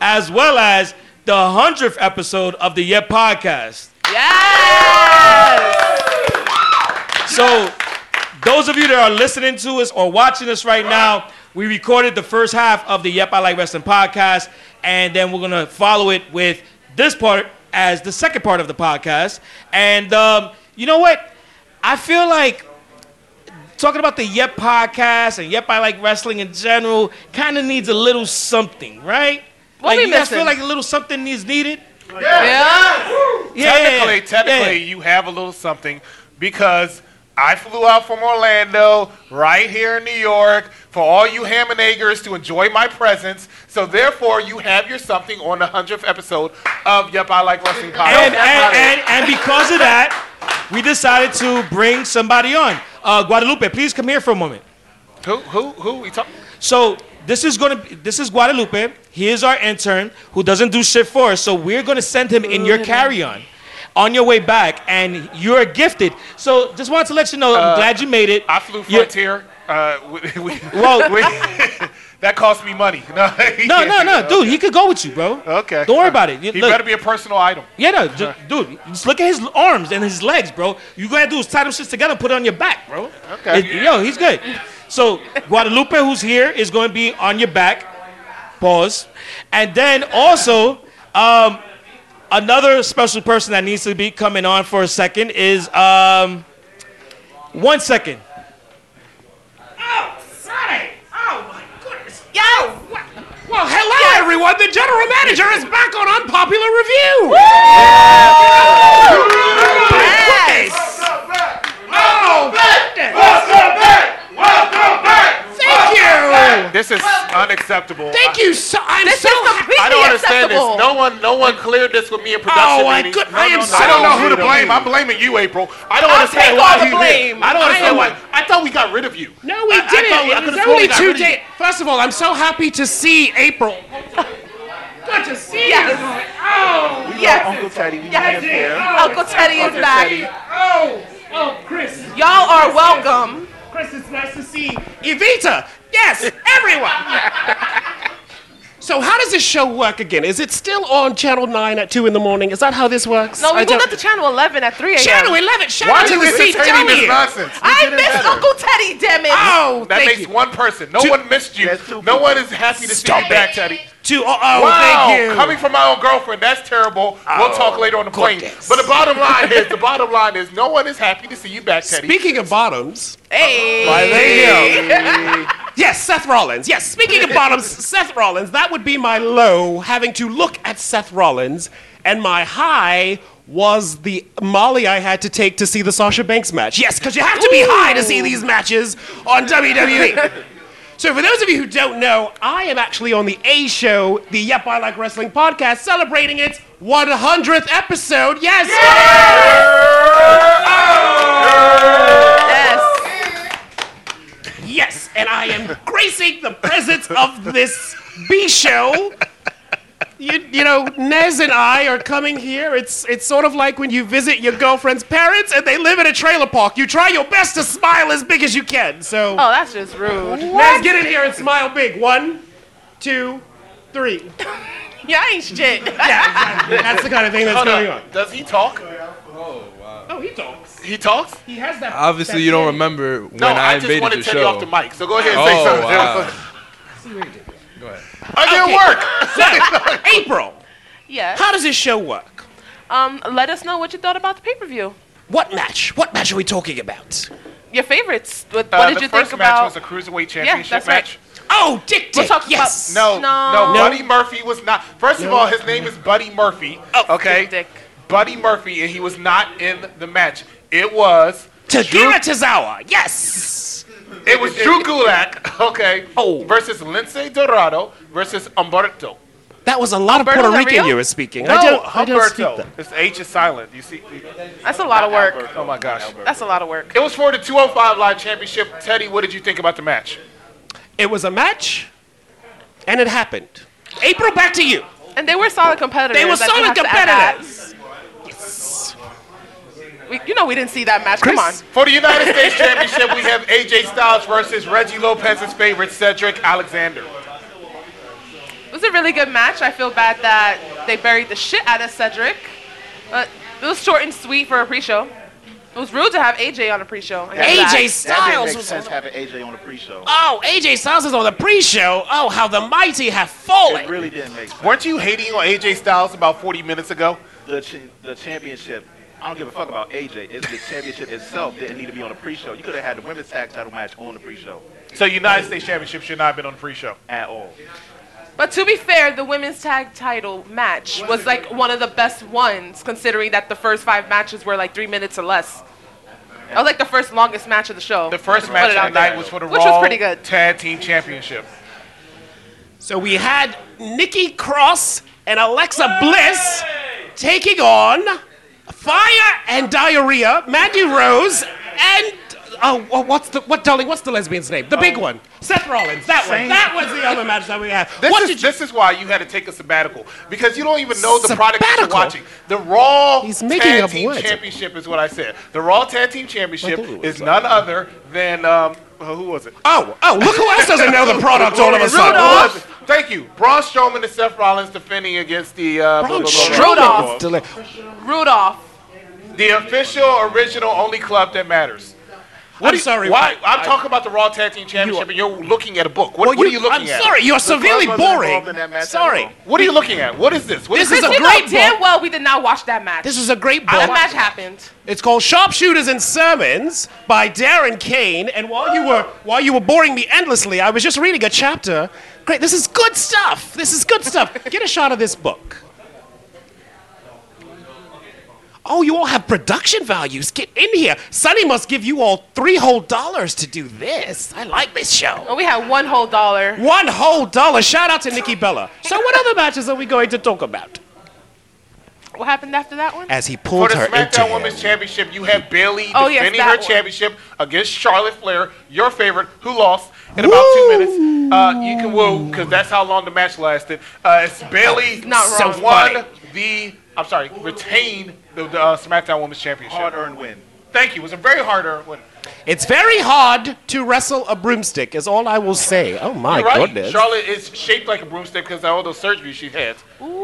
S2: as well as the 100th episode of the Yet podcast. Yes! So, those of you that are listening to us or watching us right now, we recorded the first half of the Yep I Like Wrestling podcast, and then we're gonna follow it with this part as the second part of the podcast. And um, you know what? I feel like talking about the Yep podcast and Yep I Like Wrestling in general kind of needs a little something, right?
S8: What
S2: like
S8: we
S2: you guys
S8: missing?
S2: feel like a little something is needed. Yeah.
S8: Technically, technically,
S2: Yeah.
S8: you have a little something because I flew out from Orlando, right here in New York, for all you ham and eggers to enjoy my presence. So therefore, you have your something on the hundredth episode of Yep, I Like Wrestling podcast.
S2: And, and, and, and because of that, we decided to bring somebody on. Uh, Guadalupe, please come here for a moment.
S8: Who who who we talking?
S2: So this is gonna be, this is Guadalupe. He is our intern who doesn't do shit for us. So we're gonna send him in your carry-on on your way back, and you're gifted. So just wanted to let you know I'm
S8: Uh,
S2: glad you made it.
S8: I flew
S2: You're-
S8: Frontier. Uh, we, we,
S2: Whoa.
S8: we- [laughs] that cost me money. [laughs] No,
S2: No, no, no, dude, he could go with you, bro.
S8: Okay.
S2: Don't worry about it. You-
S8: He
S2: look.
S8: better be a personal item.
S2: Yeah,
S8: [laughs]
S2: no, ju- dude, just look at his arms and his legs, bro. You gotta do is tie them shits together and put it on your back, bro.
S8: Okay.
S2: It- yo, he's good. So Guadalupe, who's here, is gonna be on your back. Pause. And then also, um, another special person that needs to be coming on for a second is um, one second.
S7: Sorry. Oh my goodness. Yo. Well, hello everyone. The general manager is back on unpopular review. Oh, goodness. Thank you.
S8: This is unacceptable.
S7: Thank
S8: I-
S7: you. So, I'm so happy.
S8: I don't understand this. No one, no one cleared this with me in production.
S7: Oh, I
S8: meetings.
S7: could- I am so
S8: I don't know who to
S7: rude of
S8: blame.
S7: you.
S8: I'm blaming you, April. I don't
S7: I'll
S8: understand
S7: take
S8: why
S7: all the
S8: you
S7: blame.
S8: I don't
S7: I
S8: understand
S7: am-
S8: why. I thought we got rid of you.
S7: No, we
S8: I- I
S7: didn't.
S8: thought we- I
S7: it
S8: could've
S7: was
S8: sworn we
S7: only
S8: got
S7: two
S8: rid of you.
S7: days. First of all, I'm so happy to see April. Good to see
S6: Yes.
S7: you. Oh,
S6: We yes. love
S7: Uncle Teddy.
S6: Yes. met him here. Uncle Teddy is back.
S7: Oh, oh, Chris.
S6: Y'all are
S7: Chris,
S6: welcome.
S7: Chris, it's nice to see Evita. [laughs] Yes, everyone. so, how does this show work again? Is it still on Channel 9 at 2 in the morning? Is that how this works?
S6: No, we
S7: I don't-
S6: going up to channel 11 at 3 a.m.
S7: Channel 11, shout Why out to you the entertaining CW. this nonsense? We're
S6: I
S7: getting
S6: miss
S7: better.
S6: Uncle Teddy, damn it.
S8: Oh, that makes one person. No one missed you. No one is happy to see you back, Teddy.
S2: Two.
S7: uh,
S2: Oh,
S8: wow, Coming from my own girlfriend, that's terrible.
S7: Oh,
S8: we'll talk later on the plane. But the bottom line is, the bottom line is, no one is happy to see you back, Teddy.
S7: Speaking of bottoms.
S6: Hey.
S8: Why,
S6: [laughs]
S7: there you go. Yes, Seth Rollins. Yes, speaking of bottoms, Seth Rollins. That would be my low, having to look at Seth Rollins, and my high was the Molly I had to take to see the Sasha Banks match. Yes, because you have to be high to see these matches on WWE. So, for those of you who don't know, I am actually on the A Show, the Yep I Like Wrestling podcast, celebrating its 100th episode. Yes! Yes! Yes, and I am gracing the presence of this B Show. You, you know, Nez and I are coming here. It's, it's sort of like when you visit your girlfriend's parents and they live in a trailer park. You try your best to smile as big as you can. So.
S6: Oh, that's just rude.
S7: Let's get in here and smile big. One, two, three.
S6: [laughs] Yeah, I ain't shit.
S7: That's the kind of thing that's
S8: Hold
S7: going
S8: up.
S7: on.
S8: Uh, Does he talk?
S7: Oh, he talks.
S8: He talks.
S7: He has that.
S15: Obviously,
S7: that
S15: you don't
S7: thing.
S15: remember when
S8: No, I,
S15: I,
S8: just
S15: invaded
S8: wanted
S15: your
S8: Teddy
S15: show.
S8: off the mic. So go ahead and
S15: oh,
S8: say something.
S15: Wow.
S7: Go ahead.
S8: I didn't
S6: [laughs]
S7: work. April,
S6: yeah.
S7: how does this show work?
S6: Um, let us know what you thought about the pay-per-view.
S7: What match? What match are we talking about?
S6: Your favorites. What,
S8: Uh,
S6: what did
S8: the
S6: you
S8: first
S6: think
S8: match
S6: about?
S8: was a cruiserweight
S6: Yeah,
S8: championship
S6: that's right.
S8: match.
S2: Oh, dick,
S8: We're
S2: dick.
S8: talking
S2: yes.
S8: about- no, no,
S2: No.
S8: Buddy Murphy was not. First of all, his name is Buddy Murphy.
S6: Oh,
S8: okay, Buddy Murphy, and he was not in the match. It was
S2: Tagira Tazawa. Yes.
S8: It was Drew Gulak. Okay. Oh. Versus Lince Dorado versus Humberto.
S7: That was a
S8: Humberto
S7: lot of Puerto
S8: Del
S7: Rican
S8: Rio?
S7: you were speaking.
S8: No,
S7: I don't, I don't speak
S8: Humberto.
S7: that.
S8: His H is silent. You see.
S6: That's a lot of work.
S8: Oh my gosh.
S6: That's a lot of work.
S8: It was for the 205 Live Championship. Teddy, what did you think about the match?
S7: It was a match, and it happened. April, back to you.
S6: And they were solid competitors.
S7: They were
S6: I do
S7: solid
S6: have to add that. We, you know we didn't see that match. Come on.
S8: For the
S6: [laughs]
S8: United States Championship, we have AJ Styles versus Reggie Lopez's favorite, Cedric Alexander.
S6: It was a really good match. I feel bad that they buried the shit out of Cedric. But it was short and sweet for a pre-show. It was rude to have AJ on a pre-show. I get that.
S11: That
S7: Styles
S11: didn't make
S7: was
S11: sense having AJ on the pre-show.
S7: Oh, AJ Styles is on the pre-show. Oh, how the mighty have fallen.
S11: It really didn't make sense.
S8: Weren't you hating on AJ Styles about 40 minutes ago?
S11: The, ch- the championship. I don't give a fuck about AJ. It's the championship itself didn't need to be on the pre-show. You could have had the women's tag title match on the pre-show
S8: So United States Championship should not have been on the pre-show.
S11: at all.
S6: But to be fair, the women's tag title match was like one of the best ones, considering that the first five matches were like three minutes or less. That was like the first longest match of the show.
S8: The first
S6: Put
S8: match
S6: it
S8: of
S6: out
S8: the night
S6: there.
S8: was for the
S6: which
S8: Raw
S6: was pretty good.
S8: Tag Team Championship.
S7: So we had Nikki Cross and Alexa Bliss taking on Fire and Diarrhea, Mandy Rose, and oh, wha- what's the what, darling? What's the lesbian's name? The big one, Seth Rollins. That one.
S8: Same.
S7: That was the other match that we had.
S8: This is this is why you had to take a sabbatical because you don't even know the product that you're
S7: Sabbatical?
S8: watching. The Raw
S7: making
S8: Tag
S7: up
S8: Team
S7: words.
S8: Championship is what I said. The Raw Tag Team Championship
S7: I thought it
S8: is none other than um, who was it?
S7: Oh, oh, look who else doesn't know
S8: [laughs]
S7: the product all of a sudden.
S8: Rudolph. Thank you. Braun Strowman and Seth Rollins defending against the uh, blah,
S7: Braun
S8: blah, blah, blah.
S7: Strowman is deli-
S6: Rudolph.
S8: the official, original, only club that matters. What
S7: I'm
S8: do you-
S7: sorry,
S8: Why?
S7: Mike.
S8: I'm
S7: I-
S8: talking about the Raw Tag Team Championship, and you're looking at a book. What,
S7: Well,
S8: what are
S7: you-
S8: you looking
S7: I'm
S8: at?
S7: sorry, you are The club severely wasn't boring. involved in that match at Sorry. all.
S8: What are you looking at? What is this? What
S7: This is
S6: Because
S7: a
S6: you
S7: great
S6: know damn
S7: book.
S6: well we did not watch that match.
S7: This is a great
S6: That
S7: book.
S6: match happened.
S7: It's called Sharpshooters and Sermons by Darren Kane. And while you were while you were boring me endlessly, I was just reading a chapter. Great, this is good stuff. This is good stuff. Get a shot of this book. Oh, you all have production values. Get in here. Sonny must give you all three whole dollars to do this. I like this show.
S6: And we had one whole dollar.
S7: One whole dollar. Shout out to Nikki Bella. So, what other matches are we going to talk about?
S6: What happened after that one?
S7: As he
S8: For
S7: pulls
S8: the
S7: her into
S8: SmackDown
S7: him.
S8: Women's Championship, you have Bailey
S6: Oh, yes,
S8: defending
S6: that
S8: her
S6: one.
S8: championship against Charlotte Flair, your favorite, who lost in about two minutes. Uh, you can woo because that's how long the match lasted. Uh, it's Bailey
S6: Not wrong. So
S8: won
S6: funny.
S8: the. I'm sorry, retained the, the uh, SmackDown Women's Championship. Hard-earned win. Thank you. It was a very hard-earned win.
S7: It's very hard to wrestle a broomstick, is all I will say. Oh my
S8: You're right.
S7: goodness.
S8: Charlotte is shaped like a broomstick because of all those surgeries she had.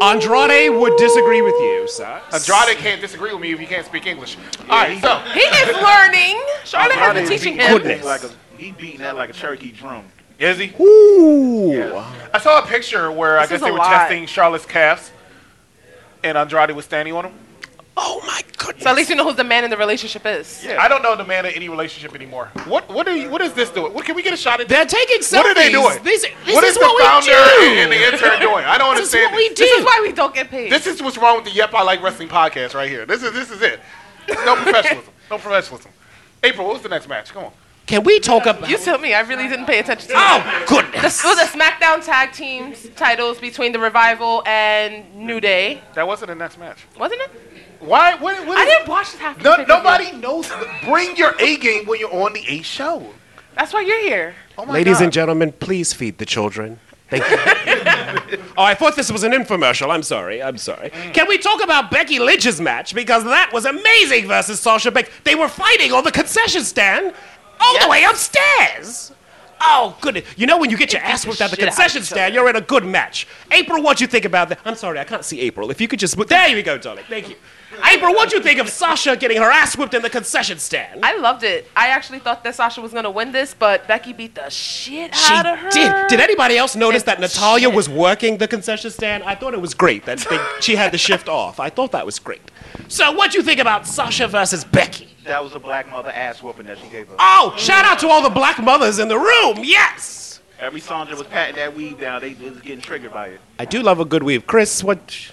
S7: Andrade would disagree with you, sir.
S8: Andrade can't disagree with me if he can't speak English. all right, so
S6: He is learning. Charlotte has been
S11: Andrade
S6: teaching
S11: beat-
S6: him.
S11: Like a, he beating that like a Cherokee drum.
S8: Is he?
S7: Ooh.
S8: I saw a picture where
S11: This
S8: I
S11: is
S8: guess they
S11: a
S8: were
S11: lot.
S8: testing Charlotte's calves, and Andrade was standing on them.
S6: So at least you know who the man in the relationship is.
S8: I don't know the man in any relationship anymore. What what are you, what is this doing? What, can we get a shot at?
S7: They're taking
S8: What are they
S7: selfies.
S8: doing?
S7: These- this
S8: what
S7: is
S8: is,
S7: what we
S8: the founder
S7: do.
S8: and the intern doing? I don't
S7: This is
S8: understand.
S7: what we
S8: this.
S7: do.
S8: This is
S6: why we don't get paid.
S8: This is what's wrong with the Yep I Like Wrestling podcast right here. This is this is it. No professionalism.
S6: [laughs]
S8: no professionalism. April, what was the next match? Come on.
S7: Can we talk about
S6: You told me. I really didn't pay attention to Oh,
S7: goodness.
S6: The, it was the SmackDown tag teams titles between The Revival and New Day.
S8: That wasn't the next match.
S6: Wasn't it?
S8: Why? What, what
S6: I
S8: is-
S6: didn't watch this half.
S8: No, nobody knows. Bring your A game when you're on the A show.
S6: That's why you're here.
S8: Oh
S7: Ladies and gentlemen, please feed the children. Thank
S2: [laughs]
S7: you. oh, I thought this was an infomercial. I'm sorry. I'm sorry. Can we talk about Becky Lynch's match? Because that was amazing versus Sasha Banks. They were fighting on the concession stand all the way upstairs. Oh, goodness. You know, when you get your ass whipped out the
S2: shit out of
S7: concession
S2: each
S7: stand, you're in a good match. April, what you think about that? I'm sorry, I can't see April. If you could just. There you go, darling. Thank you. April, what do you think of Sasha getting her ass whipped in the concession stand?
S6: I loved it. I actually thought that Sasha was gonna win this, but Becky beat the shit out of her.
S7: Did, did anybody else notice that Natalia was working the concession stand? I thought it was great that they, she had the shift off. I thought that was great. So, what do you think about Sasha versus Becky?
S11: That was a black mother ass whooping that she gave her.
S7: Oh, shout out to all the black mothers in the room. Yes.
S11: Every song that was patting that weed down, they was getting triggered by it.
S7: I do love a good weave. Chris, what?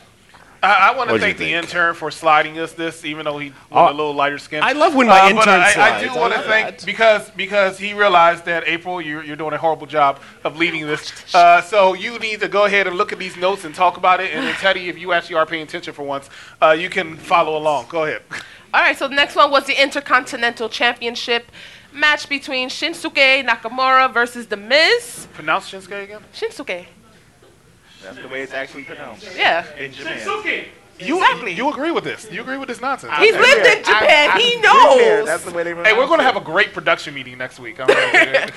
S8: I, I want to
S7: What'd you
S8: thank the intern for sliding us this, even though he
S7: Oh.
S8: was a little lighter skin.
S7: I love when my
S8: but
S7: intern
S8: I, I
S7: slides.
S8: do
S7: I
S8: want to
S7: love
S8: thank because because he realized that April, you're, you're doing a horrible job of leading this. Uh, so you need to go ahead and look at these notes and talk about it. And then Teddy, if you actually are paying attention for once, uh, you can follow along. Go ahead.
S6: All right, so the next one was the Intercontinental Championship match between Shinsuke Nakamura versus The Miz.
S8: Pronounce Shinsuke again.
S6: Shinsuke.
S11: That's the way it's actually pronounced.
S6: Yeah.
S11: In Japan.
S8: You, you agree with this? You agree with this nonsense?
S6: He's
S8: Okay.
S6: lived in
S8: I-
S6: Japan.
S8: I-
S6: He
S8: I've been there.
S6: knows.
S8: That's the way they Hey, we're going to have a great production meeting next week. I'm gonna-
S11: Um,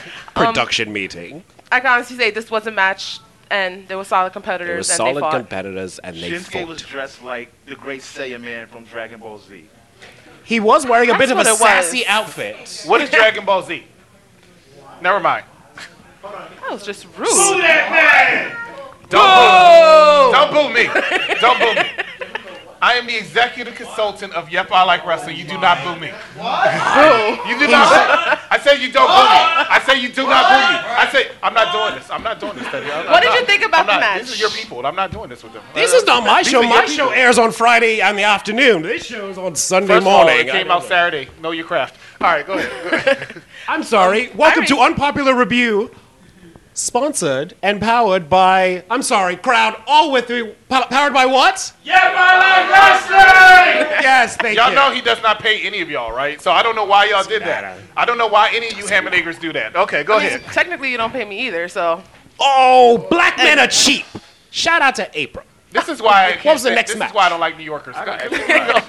S7: Production meeting.
S6: I can honestly say this was a match, and there were solid
S7: There
S6: competitors,
S7: were
S6: and they
S7: solid
S6: fought.
S7: competitors, and they
S11: Shinsuke
S7: fought.
S11: was dressed like the great Saiyan man from Dragon Ball Z.
S7: He was wearing a
S11: That's
S7: bit of
S11: what
S7: a
S11: it was.
S7: sassy outfit.
S8: What is Dragon Ball
S11: [laughs]
S8: Z? [laughs] Never mind.
S6: that was just rude.
S8: Don't
S6: Whoa!
S8: boo me. Don't boo me. Don't boo me. I am the executive consultant of Yep, I Like Wrestling. You do not boo me. What? you do not. I said you don't boo me. I say you do not boo me. I say I'm not doing this. I'm not doing this. Teddy. I'm-
S6: What
S8: I'm
S6: did you
S8: not-
S6: think about
S8: I'm
S6: the
S8: not-
S6: match?
S8: These are your people. I'm not doing this with them.
S7: This is not my
S8: These
S7: show.
S8: are your
S7: My show
S8: people.
S7: airs on Friday in the afternoon. This show is on Sunday
S8: First of all,
S7: morning.
S8: it came out Saturday. Know your craft. All right, go ahead.
S7: I'm sorry. Welcome to Unpopular Review, sponsored and powered by. I'm sorry, crowd. All with me. pow- Powered by what?
S8: Yep, I
S7: Like Wrestling! [laughs] Yes, thank
S8: y'all
S7: you.
S8: Y'all know he does not pay any of y'all, right? So I don't know why y'all did that. I don't know why any of you Hammondakers do that. Okay, go
S6: I mean,
S8: ahead.
S6: Technically, you don't pay me either, so.
S7: Oh, black men are cheap. Shout out to April.
S8: This is why. I
S7: What
S8: can't
S7: was the
S8: stand-
S7: next
S8: this
S7: match?
S8: is why I don't like New Yorkers. Go ahead.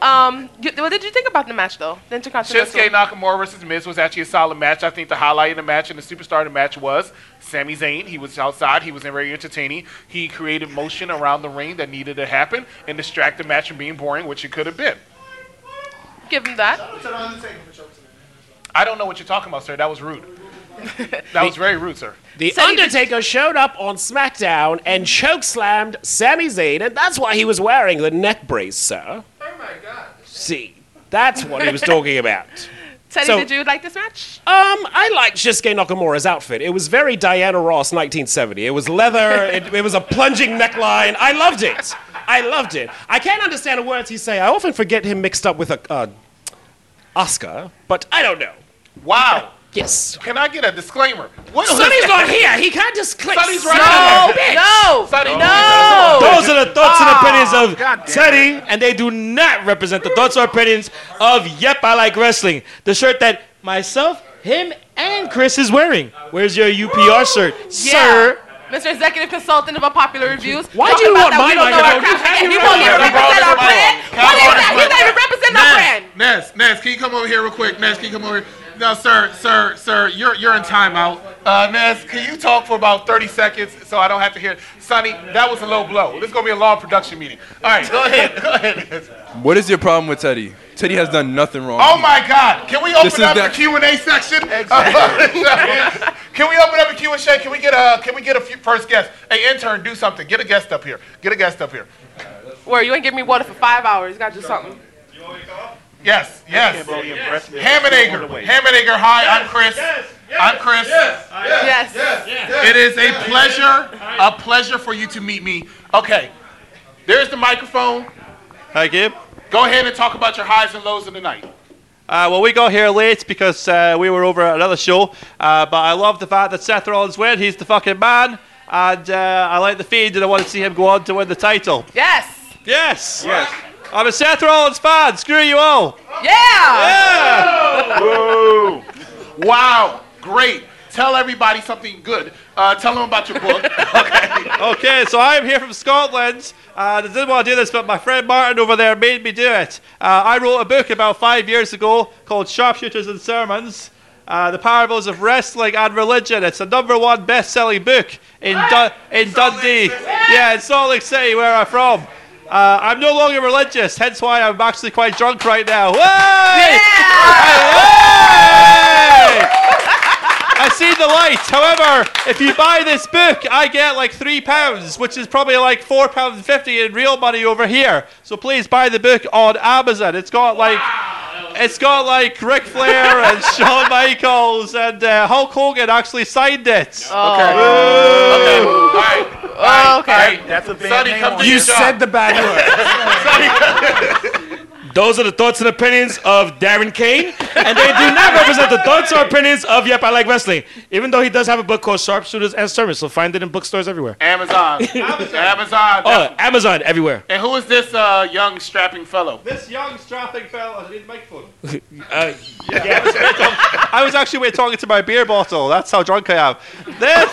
S6: Um, you, what did you think about the match, though? The Intercontinental.
S8: Shinsuke Nakamura versus Miz was actually a solid match. I think the highlight of the match and the superstar of the match was Sami Zayn. He was outside. He was very entertaining. He created motion around the ring that needed to happen and distract the match from being boring, which it could have been.
S6: Give him that.
S8: I don't know what you're talking about, sir. That was
S7: [laughs]
S8: rude. That was very rude, sir.
S7: The Undertaker showed up on SmackDown and chokeslammed Sami Zayn, and that's why he was wearing the neck brace, sir. Oh my God. See, that's what he was talking about.
S6: Teddy,
S7: So-
S6: did you like this match?
S7: Um, I liked Shinsuke Nakamura's outfit. It was very Diana Ross 1970. It
S16: [laughs]
S7: was leather, it, it was a plunging neckline. I loved it. I loved it. I can't understand the words he say. I often forget him mixed up with a, uh, Oscar, but I don't know.
S8: Wow.
S7: Yes.
S8: Can I get a disclaimer? What-
S7: Sonny's not here. He can't disclaim.
S8: Sonny's right
S2: No,
S8: there.
S2: no,
S8: Sonny, Oh.
S2: No. Those are the thoughts
S8: Ah,
S2: and opinions of Teddy, and they do not represent the thoughts or opinions of Yep, I Like Wrestling. The shirt that myself, him, and Chris is wearing. Where's your UPR shirt,
S6: Yeah.
S2: sir?
S6: Mr. Executive Consultant of Unpopular Reviews.
S2: Why
S6: Talking
S2: do you
S6: about
S2: want
S6: that
S2: my
S6: we don't know our
S2: microphone?
S6: craft
S2: You
S6: again. You
S2: have
S6: won't
S2: your
S6: even
S2: own
S6: represent our
S2: microphone.
S6: brand. What is that? You don't even represent our brand.
S8: Ness, Ness, can you come over here real quick? Ness, can you come over here? No, sir, sir, sir, you're you're in timeout. Uh, Ness, can you talk for about 30 seconds so I don't have to hear it? Sonny, that was a low blow. This is gonna be a long production meeting. All right, go ahead, go ahead. Ness.
S15: What is your problem with Teddy? Teddy has done nothing wrong.
S8: Oh my God! Can we
S15: This
S8: open
S15: is
S8: up
S15: that-
S8: the Q and A section? [laughs] can we open up the Q and A? Can we get a Can we get a few, first guest? Hey, intern, do something. Get a guest up here. Get a guest up here.
S6: Where you ain't give me water for five hours. You gotta do something.
S8: Yes, yes.
S11: Cambodian breast milk.
S8: Hammondacre. Hammondacre. Hi, I'm Chris. I'm Chris.
S6: Yes.
S8: It is a pleasure, a pleasure for you to meet me. Okay, there's the microphone.
S17: Hi, Gib.
S8: Go ahead and talk about your highs and lows of the night.
S17: Uh, well, we got here late because uh, we were over at another show, uh, but I love the fact that Seth Rollins went. He's the fucking man, and uh, I like the feed, and I want to see him go on to win the title.
S6: Yes.
S17: Yes. Yes. I'm a Seth Rollins fan. Screw you all.
S6: Yeah.
S8: Whoa. Wow. Great. Tell everybody something good. Uh, tell them about your
S17: [laughs]
S8: book.
S17: okay, so I am here from Scotland. Uh, I didn't want to do this, but my friend Martin over there made me do it. Uh, I wrote a book about five years ago called Sharpshooters and Sermons. Uh, the parables of wrestling and religion. It's a number one best-selling book in Dun in Dundee. Yeah, in Salt Lake City, where I'm from. Uh, I'm no longer religious, hence why I'm actually quite drunk right now. Hey! Hey! I see the light. However, if you buy this book, I get like three pounds, which is probably like four pounds fifty in real money over here. So please buy the book on Amazon. It's got like it's got like Ric
S8: [laughs]
S17: Flair and Shawn Michaels and uh, Hulk Hogan actually signed it.
S8: Okay. Okay. All right. All right. okay. All right.
S11: That's a
S8: bad Sonny,
S17: name
S8: come
S17: on
S8: to
S17: it.
S8: your
S17: You
S8: job.
S17: said
S11: [laughs]
S18: the
S8: [laughs]
S18: bad
S14: Those are the thoughts and opinions of Darren Kane, and they do not represent the thoughts or opinions of Yep, I Like Wrestling, even though he does have a book called Sharpshooters and Sermons, so find it in bookstores everywhere.
S8: Amazon. Amazon.
S14: Oh, Amazon, everywhere.
S8: And who is this uh, young strapping fellow?
S17: This young strapping fellow, I need a microphone.
S14: Uh,
S17: Yeah, I was, I was actually wait talking to my beer bottle. That's how drunk I am. This,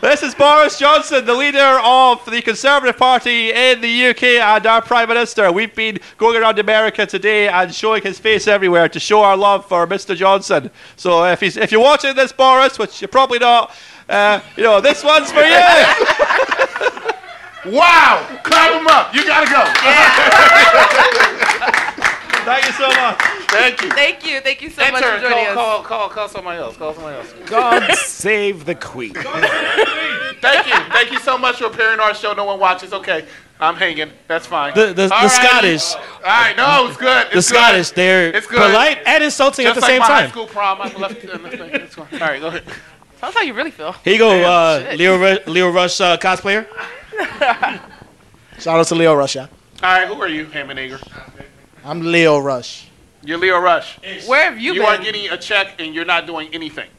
S17: this is Boris Johnson, the leader of the Conservative Party in the UK and our Prime Minister. We've been going around America today and showing his face everywhere to show our love for Mr. Johnson. So if he's if you're watching this, Boris, which you're probably not, uh, you know this one's for you.
S8: [laughs] Wow! Clap him up. You gotta go.
S17: [laughs] Thank you so much.
S8: Thank you.
S6: Thank you. Thank you so much for
S8: Enter.
S6: joining
S8: Call,
S6: us.
S8: call, call, call somebody else. Call somebody else.
S16: [laughs]
S18: God save the Queen.
S8: Thank you. Thank you so much for appearing on our show. No one watches. Okay. I'm hanging. That's fine.
S14: The- the- the
S8: All right.
S14: Scottish-
S8: All right. No, it's good. It's
S14: The Scottish, they're
S8: Good. It's good.
S14: polite and insulting
S8: Just
S14: at the
S8: like
S14: same
S8: my
S14: time.
S8: high school prom. I left. It's fine. All right. Go ahead.
S6: That's how you really feel.
S14: Here you go,
S6: Damn,
S14: uh,
S6: shit.
S14: Leo, Ru- Leo Rush uh,
S16: [laughs]
S14: cosplayer.
S16: Shout out to Leo Rush. yeah.
S8: All right. Who are you, Hammond Ager?
S16: [laughs] I'm Leo Rush.
S8: You're Leo Rush.
S6: Where have you
S8: You
S6: been?
S8: are getting a check and you're not doing anything.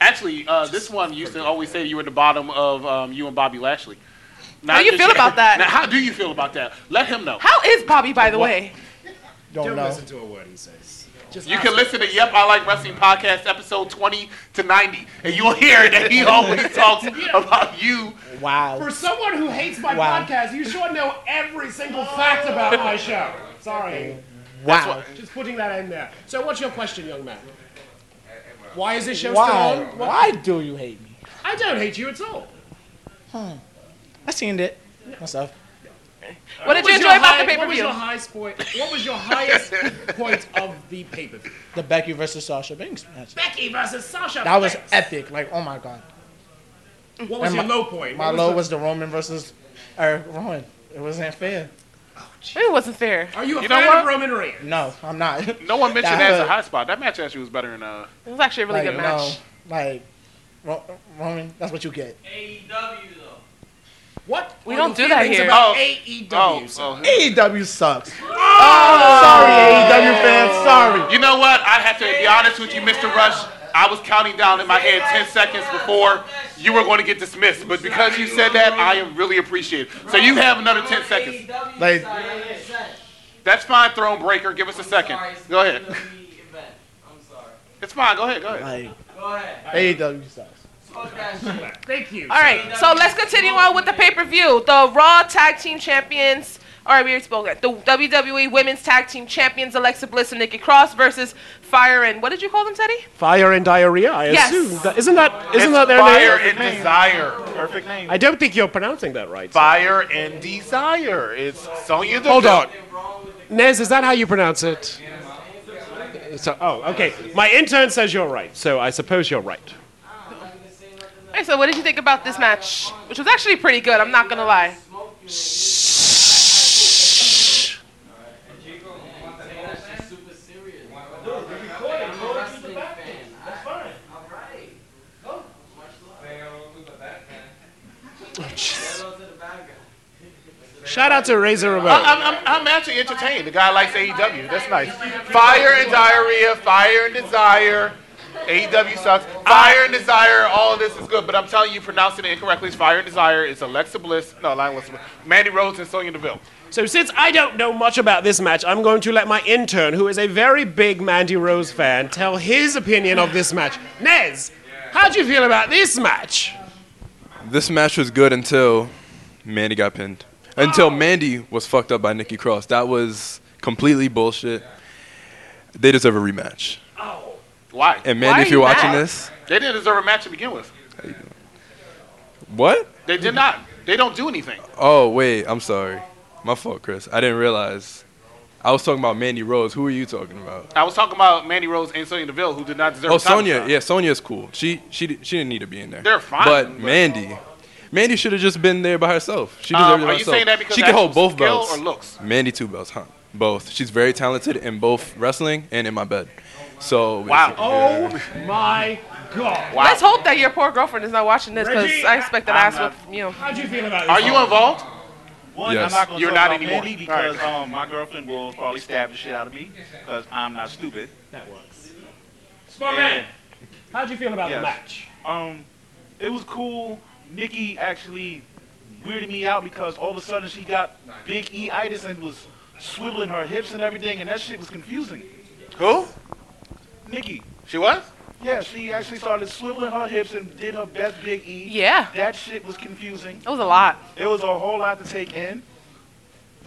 S8: Actually, uh, this one used to always say you were the bottom of um, you and Bobby Lashley.
S6: How do you feel about that?
S8: Now, how do you feel about that? Let him know.
S6: How is Bobby, by the
S8: What?
S6: way?
S16: Don't, know.
S8: listen
S16: to a word he says.
S8: you can listen to Yep, I Like Wrestling podcast episode 20 to 90, and you'll hear that
S6: [laughs]
S8: he always talks about you.
S16: Wow.
S7: For someone who hates my
S8: Wow.
S7: podcast, you should know every single fact about my show. Sorry.
S16: Wow.
S7: Just putting that in there. So, what's your question, young man? Why is this show
S16: Why?
S7: still on? What-
S16: Why do you hate me?
S7: I don't hate you at all.
S16: Huh. I seen it myself.
S7: What
S6: did
S7: was
S6: you
S7: your
S6: enjoy about
S7: high-
S6: the
S7: What was
S6: pay-per-view?
S7: your highest point? What was
S6: [laughs]
S7: your highest point of the pay-per-view?
S16: The Becky versus Sasha Banks match.
S7: Becky versus Sasha.
S16: That was
S7: Banks.
S16: epic. Like, oh my god.
S7: What was
S16: And
S7: your
S16: my-
S7: low point?
S16: My
S7: What
S16: low
S7: the-
S16: was the Roman versus Eric Rowan. It wasn't fair.
S6: It wasn't fair.
S7: Are you a
S8: You know
S7: fan
S8: what?
S7: of Roman Reigns?
S16: No, I'm not.
S8: No one mentioned
S16: That
S8: that as a
S16: hurt.
S8: hot spot. That match actually was better than. Uh,
S6: It was actually a really
S16: like,
S6: good match.
S16: No, like Ro- Roman, that's what you get.
S7: What?
S6: We
S7: are
S6: don't
S7: your
S6: do that
S7: feelings
S6: here. Oh.
S7: About AEW.
S16: oh, AEW E sucks. Sorry, AEW fans. Sorry.
S8: You know what? I have to be honest with you, Mr. Rush. I was counting down in my head 10 seconds before you were going to get dismissed. But because you said that, I am really appreciative. So you have another 10 seconds.
S16: Like,
S8: That's fine, Throne Breaker. Give us a second. Go ahead. It's fine. Go ahead. Go ahead.
S6: E
S16: AEW sucks.
S7: Thank you.
S6: All right, so let's continue on with the pay per view. The Raw Tag Team Champions. All right, we already spoke. The WWE Women's Tag Team Champions Alexa Bliss and Nikki Cross versus Fire and what did you call them, Teddy?
S18: Fire and diarrhea. I
S6: Yes.
S18: assume that isn't that isn't
S8: It's
S18: that their
S8: fire
S18: name?
S8: and desire. Perfect name.
S18: I don't think you're pronouncing that right.
S8: Fire and desire. It's Sonya Deville.
S18: Hold on. Nez, is that how you pronounce it? So, oh, okay. My intern says you're right, so I suppose you're right.
S6: All right, so what did you think about this match, which was actually pretty good? I'm not gonna lie.
S18: Shout out to Razor Ramon.
S8: I, I'm, I'm, I'm actually entertained. The guy likes AEW. That's nice. Fire and diarrhea, fire and desire. AEW sucks. Fire and desire, all this is good, but I'm telling you, pronouncing it incorrectly. It's fire and desire. It's Alexa Bliss. No, not Alexa Bliss. Mandy Rose and Sonya Deville.
S18: So since I don't know much about this match, I'm going to let my intern, who is a very big Mandy Rose fan, tell his opinion of this match. Nez, how do you feel about this match?
S15: This match was good until Mandy got pinned. Until Mandy was fucked up by Nikki Cross. That was completely bullshit. They deserve a rematch.
S8: Why?
S15: And Mandy,
S8: Why
S15: if you're
S8: are you
S15: watching
S8: mad?
S15: this-
S8: they didn't deserve a match to begin with.
S15: What?
S8: They did not. They don't do anything.
S15: Oh wait, I'm sorry. My fault, Chris. I didn't realize. I was talking about Mandy Rose. Who are you talking about?
S8: I was talking about Mandy Rose and Sonya Deville, who did not deserve.
S15: Oh,
S8: a title
S15: Sonya.
S8: shot.
S15: Yeah, Sonya's cool. She she di- she didn't need to be in there.
S8: They're fine,
S15: But,
S8: but-
S15: Mandy, Mandy should have just been there by herself. She
S8: Um,
S15: deserved it
S8: are
S15: by
S8: you
S15: herself.
S8: saying that because
S15: she could
S8: actual
S15: hold both
S8: skill
S15: belts?
S8: or looks?
S15: Mandy two belts, huh? Both. She's very talented in both wrestling and in my bed. So
S19: Wow.
S6: Oh
S19: my God.
S6: Let's hope that your poor girlfriend is not watching this because I expect an ass with you.
S20: How'd you feel about
S8: Are you involved?
S11: One,
S8: Yes.
S11: I'm not gonna
S8: You're
S11: talk
S8: not
S11: about
S8: anymore.
S11: Mandy because um, my girlfriend will probably stab the shit out of me because I'm not stupid. That works.
S20: Smart man. How'd you feel about the match?
S11: Um, it was cool. Nikki actually weirded me out because all of a sudden she got big E itis and was swiveling her hips and everything, and that shit was confusing.
S8: Who?
S11: Nikki.
S8: She was?
S11: Yeah, she actually started swiveling her hips and did her best big E.
S6: Yeah.
S11: That shit was confusing.
S6: It was a lot.
S11: It was a whole lot to take in.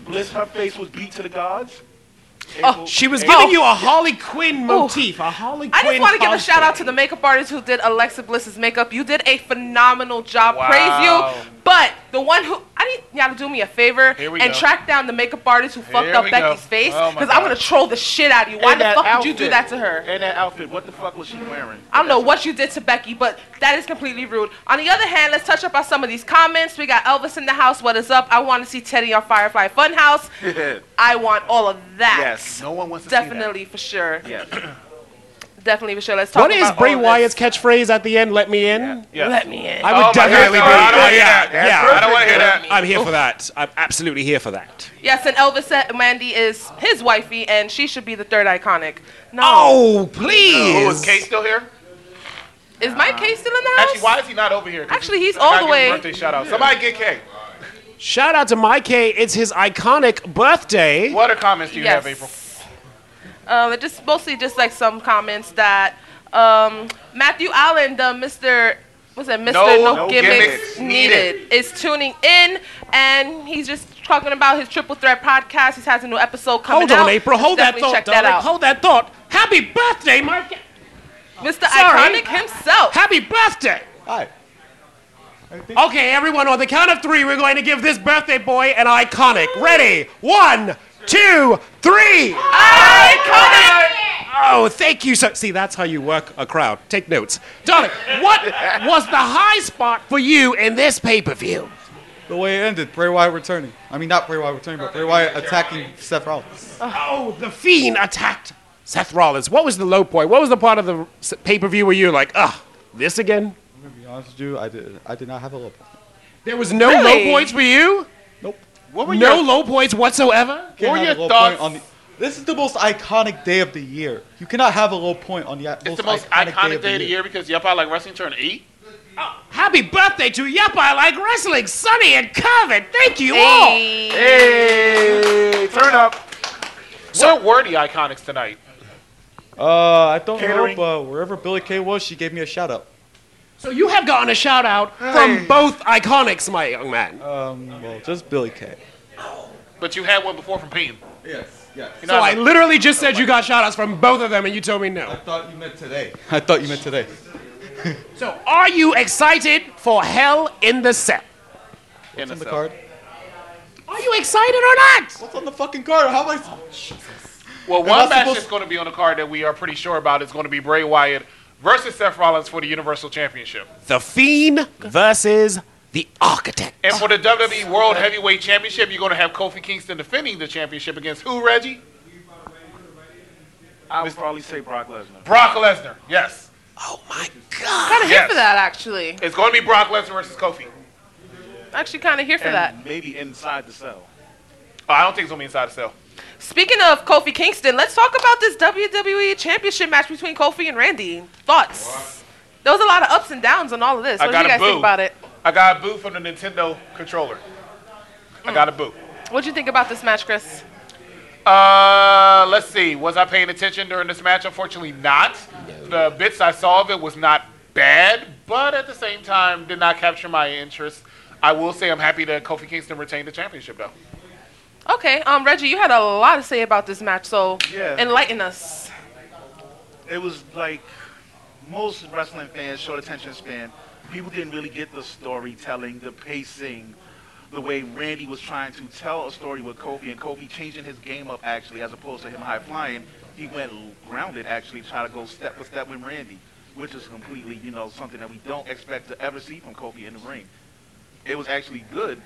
S11: Bliss, her face was beat to the gods. April-
S7: Oh, She was
S11: April- Oh.
S7: giving you a Harley Quinn motif, a Harley
S6: I
S7: Quinn.
S6: just want to give a
S7: cosplay.
S6: shout out to the makeup artist who did Alexa Bliss's makeup. You did a phenomenal job.
S7: Wow.
S6: Praise you. But the one who I need y'all to do me a favor
S7: Here
S6: and
S7: we go.
S6: track down the makeup artist who fucked
S11: Here
S6: up
S11: we go.
S6: Becky's face
S11: Oh my
S6: because I'm
S11: God.
S6: gonna troll the shit out of you. Why
S11: And
S6: the
S11: that
S6: fuck did you do
S11: outfit.
S6: that to her?
S11: And that outfit, what the fuck was she wearing?
S6: I don't know what you did to Becky, but that is completely rude. On the other hand, let's touch up on some of these comments. We got Elvis in the house. What is up? I want to see Teddy on Firefly Funhouse. I want all of that.
S11: Yes, no one wants
S7: to see that.
S6: Definitely for sure.
S11: Yes.
S6: [clears throat] Definitely for sure. Let's talk
S7: What is
S6: about
S7: Bray
S6: all
S7: Wyatt's catchphrase at the end? Let me in.
S6: Yeah. Let me in.
S7: I would
S6: Oh my
S7: definitely
S6: God,
S7: be.
S6: I don't wanna hear
S7: yeah,
S6: that.
S7: yeah,
S6: That's perfect.
S7: I don't want to hear
S6: Let
S7: that. I'm here for that. I'm absolutely here for that.
S6: this. Yes, and Elvis said Mandy is his wifey, and she should be the third iconic. No.
S7: Oh,
S8: Oh,
S7: please.
S8: is Kate still here?
S6: Is Mike K still in the house?
S8: Actually, why is he not over here? 'Cause
S6: Actually, he's
S8: I gotta
S6: all the
S8: give him
S6: way-
S8: Birthday shout out. Somebody get Kate.
S7: Shout out to Mike. It's his iconic birthday.
S8: What are comments do you have,
S6: Yes.
S8: April?
S6: Um, it just mostly just like some comments that um, Matthew Allen, the Mr. What's that? Mr.
S8: No-
S6: No,
S8: no
S6: gimmicks,
S8: gimmicks
S6: needed, is tuning in, and he's just talking about his Triple Threat podcast. He has a new episode coming
S7: Hold on,
S6: out.
S7: April. Hold
S6: Let's
S7: that
S6: definitely
S7: thought,
S6: check that
S7: darling.
S6: out.
S7: Hold that thought. Happy birthday, Mike.
S6: Mr.
S7: Sorry.
S6: Iconic himself.
S7: Happy birthday. Hi. Okay, everyone, on the count of three, we're going to give this birthday boy an iconic. Ready? One, two, three. Iconic! Oh, thank you so. See, that's how you work a crowd. Take notes, darling. What was the high spot for you in this pay-per-view?
S21: The way it ended, Bray Wyatt returning. I mean, not Bray Wyatt returning, but Bray Wyatt attacking Seth Rollins.
S7: Oh, the Fiend attacked Seth Rollins. What was the low point? What was the part of the s- pay-per-view where you were like, ugh, this
S21: I'm
S7: again?
S21: gonna be honest with you, I did, I did not have a look.
S7: There was no
S21: Really?
S7: low points for you.
S21: Nope.
S8: What
S21: were
S7: no
S21: your-
S7: low points whatsoever.
S21: Can't have a low point On the, this is the most iconic day of the year. You cannot have a low point on the it's most,
S8: The most
S21: iconic,
S8: iconic day of the year because Yep, I like wrestling turned eight.
S7: Happy birthday to Yep, I Like Wrestling, Sunny and Coven. Thank you all.
S8: Hey, turn up. Where were the iconics tonight?
S21: Uh, I don't
S8: Catering.
S21: know, but wherever Billy Kay was, she gave me a shout out.
S7: So you have gotten a shout out from both iconics, my young man.
S21: Um, well, just Billy Kay.
S8: But you had one before from Peyton.
S21: Yes, yes.
S7: So I literally just said you got shout outs from both of them and you told me no.
S21: Oh thought you meant today. I thought you meant today.
S7: So are you excited for Hell in the Cell?
S21: What's on the card?
S7: Are you excited or not?
S21: What's on the fucking card? How am I?
S8: Well,
S21: Am
S8: one
S21: I
S8: match
S21: supposed-
S8: that's going to be on the card that we are pretty sure about is going to be Bray Wyatt versus Seth Rollins for the Universal Championship.
S7: The Fiend versus the Architect.
S8: And for the WWE World Heavyweight Championship, you're going to have Kofi Kingston defending the championship against who, Reggie?
S11: I would probably say Brock Lesnar.
S8: Brock Lesnar. Yes.
S6: Kind of here
S8: Yes.
S6: for that, actually.
S8: It's going to be Brock Lesnar versus Kofi.
S6: Actually, kind of here for
S8: And
S6: that.
S11: Maybe inside the cell.
S8: Oh, I don't think it's going to be inside the cell.
S6: Speaking of Kofi Kingston, let's talk about this WWE Championship match between Kofi and Randy. Thoughts? There was a lot of ups and downs on all of this.
S8: I
S6: What do
S8: got
S6: you
S8: a
S6: guys think
S8: boo.
S6: about it?
S8: I got a boo from the Nintendo controller. I
S6: Hmm.
S8: got a boo.
S6: What'd you think about this match, Chris?
S8: Uh, let's see. Was I paying attention during this match? Unfortunately, not. The bits I saw of it was not bad, but at the same time, did not capture my interest. I will say I'm happy that Kofi Kingston retained the championship, though.
S6: Okay, um, Reggie, you had a lot to say about this match, so
S11: Yeah.
S6: enlighten us.
S11: it was like most wrestling fans short attention span people didn't really get the storytelling the pacing the way randy was trying to tell a story with kofi and kofi changing his game up actually as opposed to him high flying he went grounded actually try to go step for step with randy which is completely you know something that we don't expect to ever see from kofi in the ring it was actually good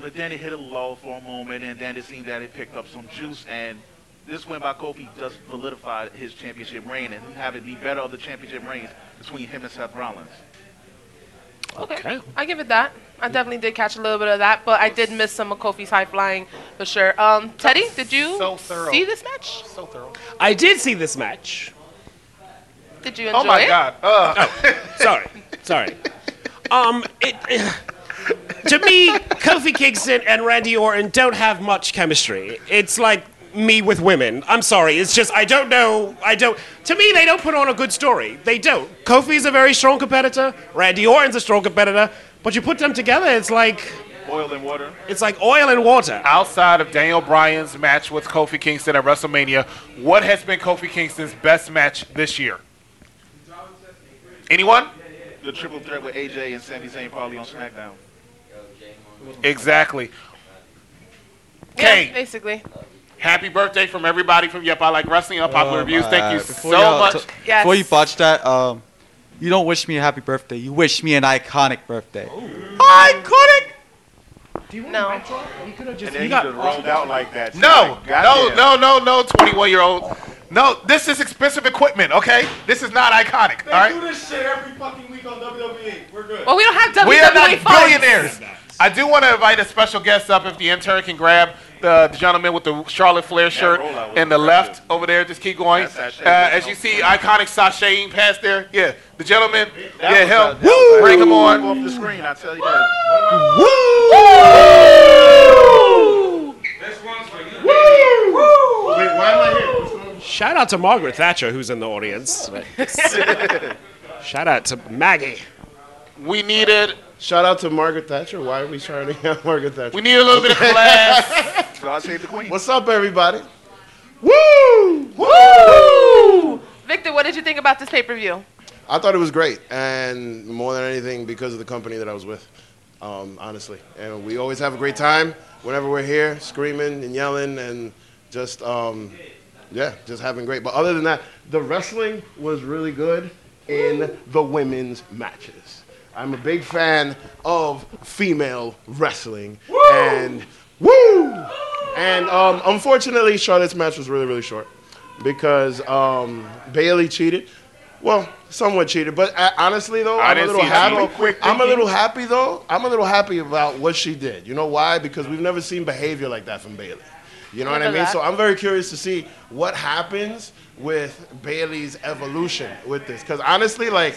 S11: But then it hit a lull for a moment, and then it seemed that it picked up some juice. And this win by Kofi just solidified his championship reign and having the better of the championship reigns between him and Seth Rollins.
S6: Okay. I give it that. I definitely did catch a little bit of that, but I did miss some of Kofi's high flying for sure. Um, Teddy, did you see this match? So thorough.
S18: I did see this match.
S6: Did you enjoy
S8: Oh my
S6: it?
S8: God.
S18: Oh, sorry, sorry. Um, it, [sighs] to me, Kofi Kingston and Randy Orton don't have much chemistry. It's like me with women. I'm sorry. It's just I don't know. I don't. To me, they don't put on a good story. They don't. Kofi's a very strong competitor. Randy Orton's a strong competitor. But you put them together, it's like
S8: Oil and water.
S18: It's like oil and water.
S8: Outside of Daniel Bryan's match with Kofi Kingston at WrestleMania, what has been Kofi Kingston's best match this year? Anyone?
S11: The triple threat with AJ and Sami Zayn probably on SmackDown.
S8: Exactly.
S6: Yeah, basically.
S8: Happy birthday from everybody from Yep I Like Wrestling and
S21: Oh
S8: Unpopular Reviews. Thank you
S21: Before
S8: so
S21: y'all
S8: much.
S21: t- Before you botch that, um, you don't wish me a happy birthday. You wish me an iconic birthday.
S8: I couldn't.
S6: Do you want no.
S18: You could have
S8: just-
S11: And then
S8: You
S11: he
S8: got-
S11: just rolled out like
S6: [laughs]
S11: that.
S8: No,
S11: Like,
S8: no,
S11: goddamn.
S8: no, no, no, 21 year old. No, this is expensive equipment, okay? This is not iconic, all right?
S16: this shit every fucking week on WWE. We're good.
S6: Well, we don't have WWE.
S8: We are
S21: E
S8: not
S6: phones.
S8: billionaires. I do want to invite a special guest up if the intern can grab the gentleman with the Charlotte Flair shirt
S11: rollout was
S8: and the left over there. Just keep going. Uh,
S11: That's sachet.
S8: as you see, iconic sashaying past there. Yeah, the gentleman.
S11: That
S8: yeah,
S11: was
S8: him.
S11: a- that was a-
S8: Bring him on.
S11: Off the screen, I tell you that.
S18: Shout out to Margaret Thatcher, who's in the audience. Shout out to Maggie.
S8: We needed.
S22: Shout out to Margaret Thatcher. Why are we shouting out Margaret Thatcher?
S8: We need a little bit of class.
S11: God save the queen.
S22: What's up, [laughs] everybody?
S6: Woo! Woo! Victor, what did you think about this pay per view?
S22: I thought it was great, and more than anything, because of the company that I was with, um, honestly. And we always have a great time whenever we're here, screaming and yelling, and just um, yeah, just having great. But other than that, the wrestling was really good in the women's matches. I'm a big fan of female wrestling, and woo! And um, unfortunately, Charlotte's match was really, really short because um, Bailey cheated. Well, somewhat cheated, but uh, honestly though,
S8: I
S22: I'm a
S8: didn't
S22: little
S8: see that.
S22: happy.
S8: Real quick
S22: I'm a
S8: thinking.
S22: little happy though. I'm a little happy about what she did. You know why? Because we've never seen behavior like that from Bailey. You know what I
S11: Remember
S22: mean?
S11: that.
S22: So I'm very curious to see what happens with Bailey's evolution with this. Because honestly, like,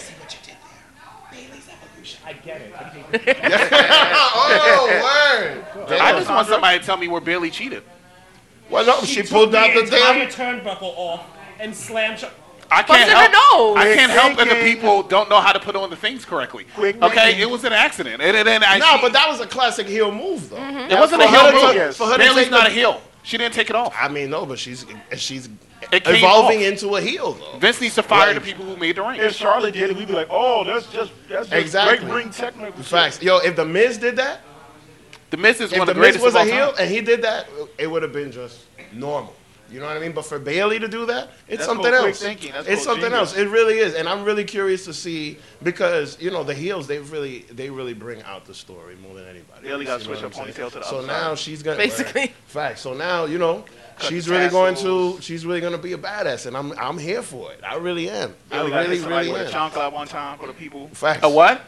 S16: I get it.
S22: [laughs] oh word!
S8: I just want somebody to tell me where Bailey cheated.
S22: Well, no, she, pulled out the damn.
S18: turnbuckle off and slammed.
S8: I can't
S18: Bumped in
S8: help.
S18: the nose.
S8: I can't help that the
S22: Thinking.
S8: people don't know how to put on the things correctly.
S22: Quick
S8: okay,
S22: thinking.
S8: it was an accident. And, and, and I
S22: No,
S8: see-
S22: but that was a classic heel move, though.
S8: It wasn't
S22: For
S8: a heel
S22: her to
S8: move.
S22: take-
S8: Yes.
S22: for her to
S8: Bayley's
S22: take
S8: not
S22: the-
S8: a heel. She didn't take it off.
S22: I mean, no, but she's she's
S8: It came
S22: evolving
S8: off.
S22: into a heel, though.
S8: Vince needs to fire
S22: Right.
S8: the people who made the ring.
S22: If Charlotte
S11: did it, we'd be like, oh, that's just that's just
S22: Exactly.
S11: great ring technical.
S22: Facts. Yo, if the Miz did that,
S8: the Miz is
S22: if
S8: one of
S22: the
S8: the greatest
S22: Miz was
S8: of all
S22: a heel
S8: time.
S22: and he did that, it would have been just normal. You know what I mean? But for Bailey to do that, it's
S11: That's
S22: something
S11: called quick
S22: else.
S11: thinking. That's
S22: it's
S11: called
S22: something
S11: genius.
S22: else. It really is, and I'm really curious to see because you know the heels they really they really bring out the story more than anybody.
S11: Bailey
S22: else,
S11: gotta
S22: you know what
S11: switch her
S22: I'm
S11: ponytail
S22: saying?
S11: to the
S22: So
S11: other
S22: now
S11: side.
S22: she's gonna [laughs]
S11: Basically.
S22: fact. So now you know
S11: Cut
S22: she's
S11: the
S22: really going to
S11: tassels.
S22: she's really gonna be a badass, and I'm I'm here for it. I really am.
S11: Bailey
S22: I
S11: got
S22: really
S11: hit somebody
S22: really
S11: with a
S22: am.
S11: chonk at one time for the people.
S22: Facts.
S8: A what?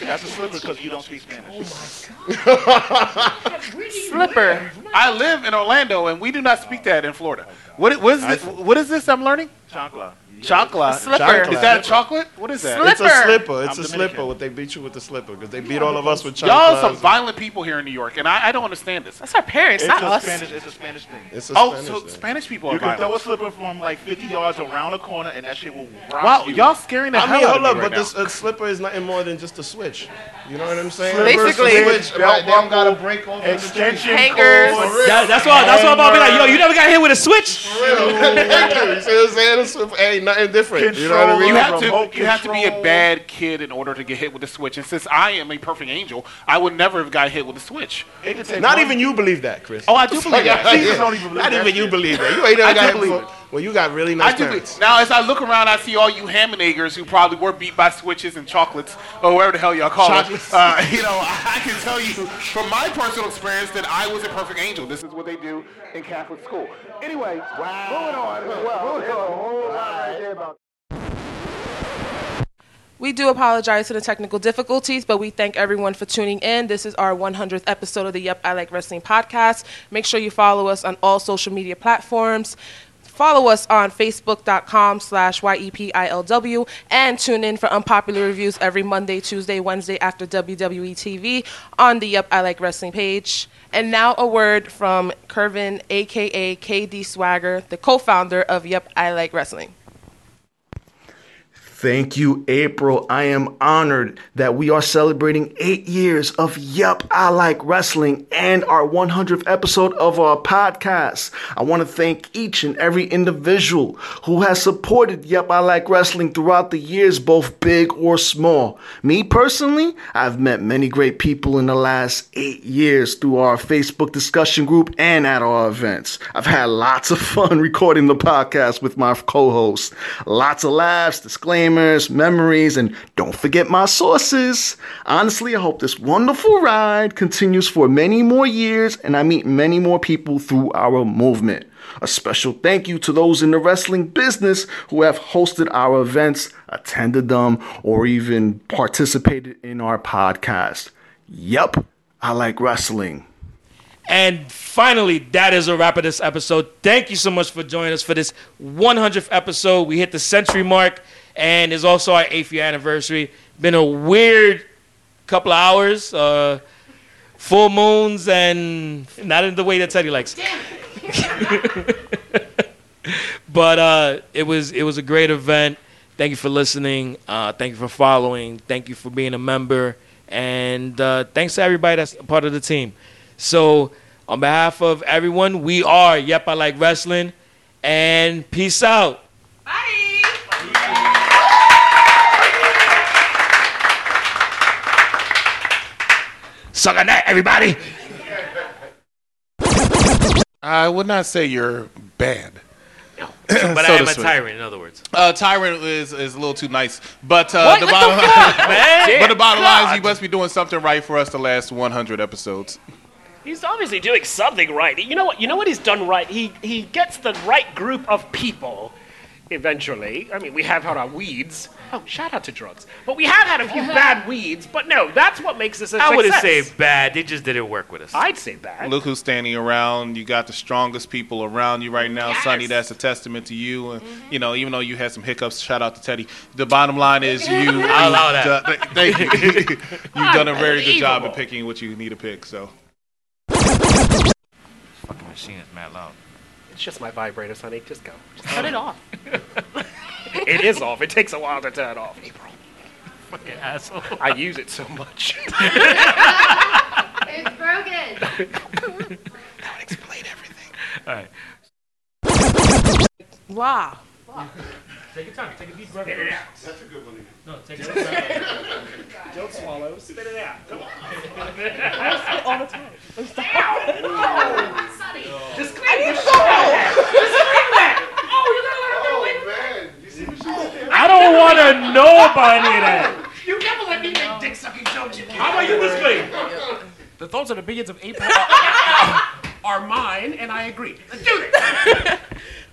S11: That's a slipper because you don't speak Spanish.
S22: Oh
S8: [laughs]
S11: [laughs]
S8: Slipper. I live in Orlando, and we do not speak that in Florida. What, what, is, this, what is this I'm learning?
S11: Chancla.
S8: Chocolate.
S22: A slipper.
S8: Is that a
S22: Chocolate.
S8: chocolate? What is that?
S22: It's a slipper. It's
S8: I'm Dominican.
S22: a slipper. What they beat you with the slipper because they beat all of us with
S8: Y'all
S22: chocolate.
S8: some violent people here in New York, and I, I don't understand this. That's
S6: our parents,
S11: It's
S8: not
S11: a
S8: us.
S11: Spanish, it's a Spanish thing.
S22: It's
S8: oh, so Spanish people are
S11: you can
S8: violent.
S11: throw a slipper from like 50 yards around a corner, and that shit will rock
S8: Wow,
S11: you.
S8: y'all scaring the
S22: I mean,
S8: hell out of
S22: hold up,
S8: me
S22: but
S8: right
S22: this uh, a slipper is nothing more than just a switch. You know what I'm saying?
S8: Slipper, Basically- switch,
S22: switch,
S8: belt
S22: right, they don't gotta
S8: buckle,
S22: break off
S8: extension Hangers. cord.
S14: That- that's why. That's why I'm about to be like, yo, you never got hit with a switch.
S22: For real. [laughs] you see what I'm saying? It's- it ain't nothing different. You know what I mean?
S8: You have to you have to be a bad kid in order to get hit with the switch. And since I am a perfect angel, I would never have got hit with the switch.
S22: Not even you believe that, Chris.
S8: Oh, I do believe that.
S22: Yeah. Not even you believe that. You ain't never
S8: I
S22: got
S8: do
S22: hit
S8: believe
S22: before.
S8: it.
S22: Well, you got really
S8: I
S22: nice
S8: do.
S22: parents.
S8: believe- Now, as I look around, I see all you ham and eggers who probably were beat by switches and chocolates or whatever the hell y'all call
S22: Chocolates.
S8: it. Uh, [laughs] you know, I can tell you from my personal experience that I was a perfect angel. This is what they do in Catholic school. Anyway, wow. moving on. Well, there's a whole lot right there about
S6: We do apologize for the technical difficulties, but we thank everyone for tuning in. This is our 100th episode of the Yep I Like Wrestling podcast. Make sure you follow us on all social media platforms. Follow us on facebook.com slash E YEPILW and tune in for unpopular reviews every Monday, Tuesday, Wednesday after WWE TV on the Yep I Like Wrestling page. And now a word from Kervin, aka KD Swagger, the co founder of Yep I Like Wrestling.
S23: Thank you, April. I am honored that we are celebrating eight years of Yep, I Like Wrestling and our 100th episode of our podcast. I want to thank each and every individual who has supported Yep, I Like Wrestling throughout the years, both big or small. Me personally, I've met many great people in the last eight years through our Facebook discussion group and at our events. I've had lots of fun recording the podcast with my co hosts. Lots of laughs, disclaimers, memories, and don't forget my sources. Honestly, I hope this wonderful ride continues for many more years and I meet many more people through our movement. A special thank you to those in the wrestling business who have hosted our events, attended them, or even participated in our podcast. Yep, I like wrestling.
S2: And finally, that is a wrap of this episode. Thank you so much for joining us for this 100th episode. We hit the century mark, and it's also our eighth year anniversary. Been a weird couple of hours, uh, full moons, and not in the way that Teddy likes. [laughs] but uh, it was it was a great event. Thank you for listening. Uh, thank you for following. Thank you for being a member, and uh, thanks to everybody that's a part of the team. So, on behalf of everyone, we are Yep I Like Wrestling, and peace out. Bye. Suck on that, everybody.
S8: I would not say you're bad.
S24: [clears throat] But
S11: So
S24: I am
S11: to
S24: a
S11: speak.
S24: tyrant, in other words.
S11: Uh, Tyrant is, is a little too nice, but uh,
S24: What?
S11: the
S24: What
S11: bottom
S24: the
S11: [laughs]
S24: fuck, man?
S11: but the bottom line is
S24: God.
S11: he must be doing something right for us the last 100 episodes.
S7: He's obviously doing something right. You know what? You know what he's done right. He he gets the right group of people. Eventually, I mean, we have had our weeds. Oh, shout out to drugs. But we have had a [laughs] few bad weeds. But no, that's what makes this a
S24: I wouldn't
S7: success.
S24: say bad. They just didn't work with us.
S7: I'd say bad.
S11: Look who's standing around. You got the strongest people around you right now, Sonny. That's a testament to you. And
S24: Mm-hmm.
S11: you know, even though you had some hiccups, shout out to Teddy. The bottom line is
S24: [laughs]
S11: you.
S24: I'll allow that.
S11: you done- thank you. [laughs] You've done a very good job
S24: Unbelievable.
S11: of picking what you need to pick. So
S24: Fucking machine is mad loud.
S7: It's just my vibrators, honey. Just go. Just turn it off. it [laughs] is off. It takes a while to turn off. April. [laughs] Fucking asshole. I use it so [laughs] much.
S3: It's broken.
S7: [laughs]
S2: [laughs]
S24: All right.
S6: Wow.
S2: Take your time. Take a deep breath.
S22: That's a good one.
S2: No, take
S22: Don't-
S2: your time.
S7: Don't swallow. Spit it out. Come on.
S6: spit all the time. Oh,
S7: Just
S6: I need
S7: Just
S6: to go home.
S7: Just scream that. Oh, you're not allowed to do it.
S2: I don't want to know about any of that.
S7: You never let me make dick sucking jokes. You
S2: How about you this way?
S7: The thoughts and opinions of April are, are mine, and I agree. Let's do this.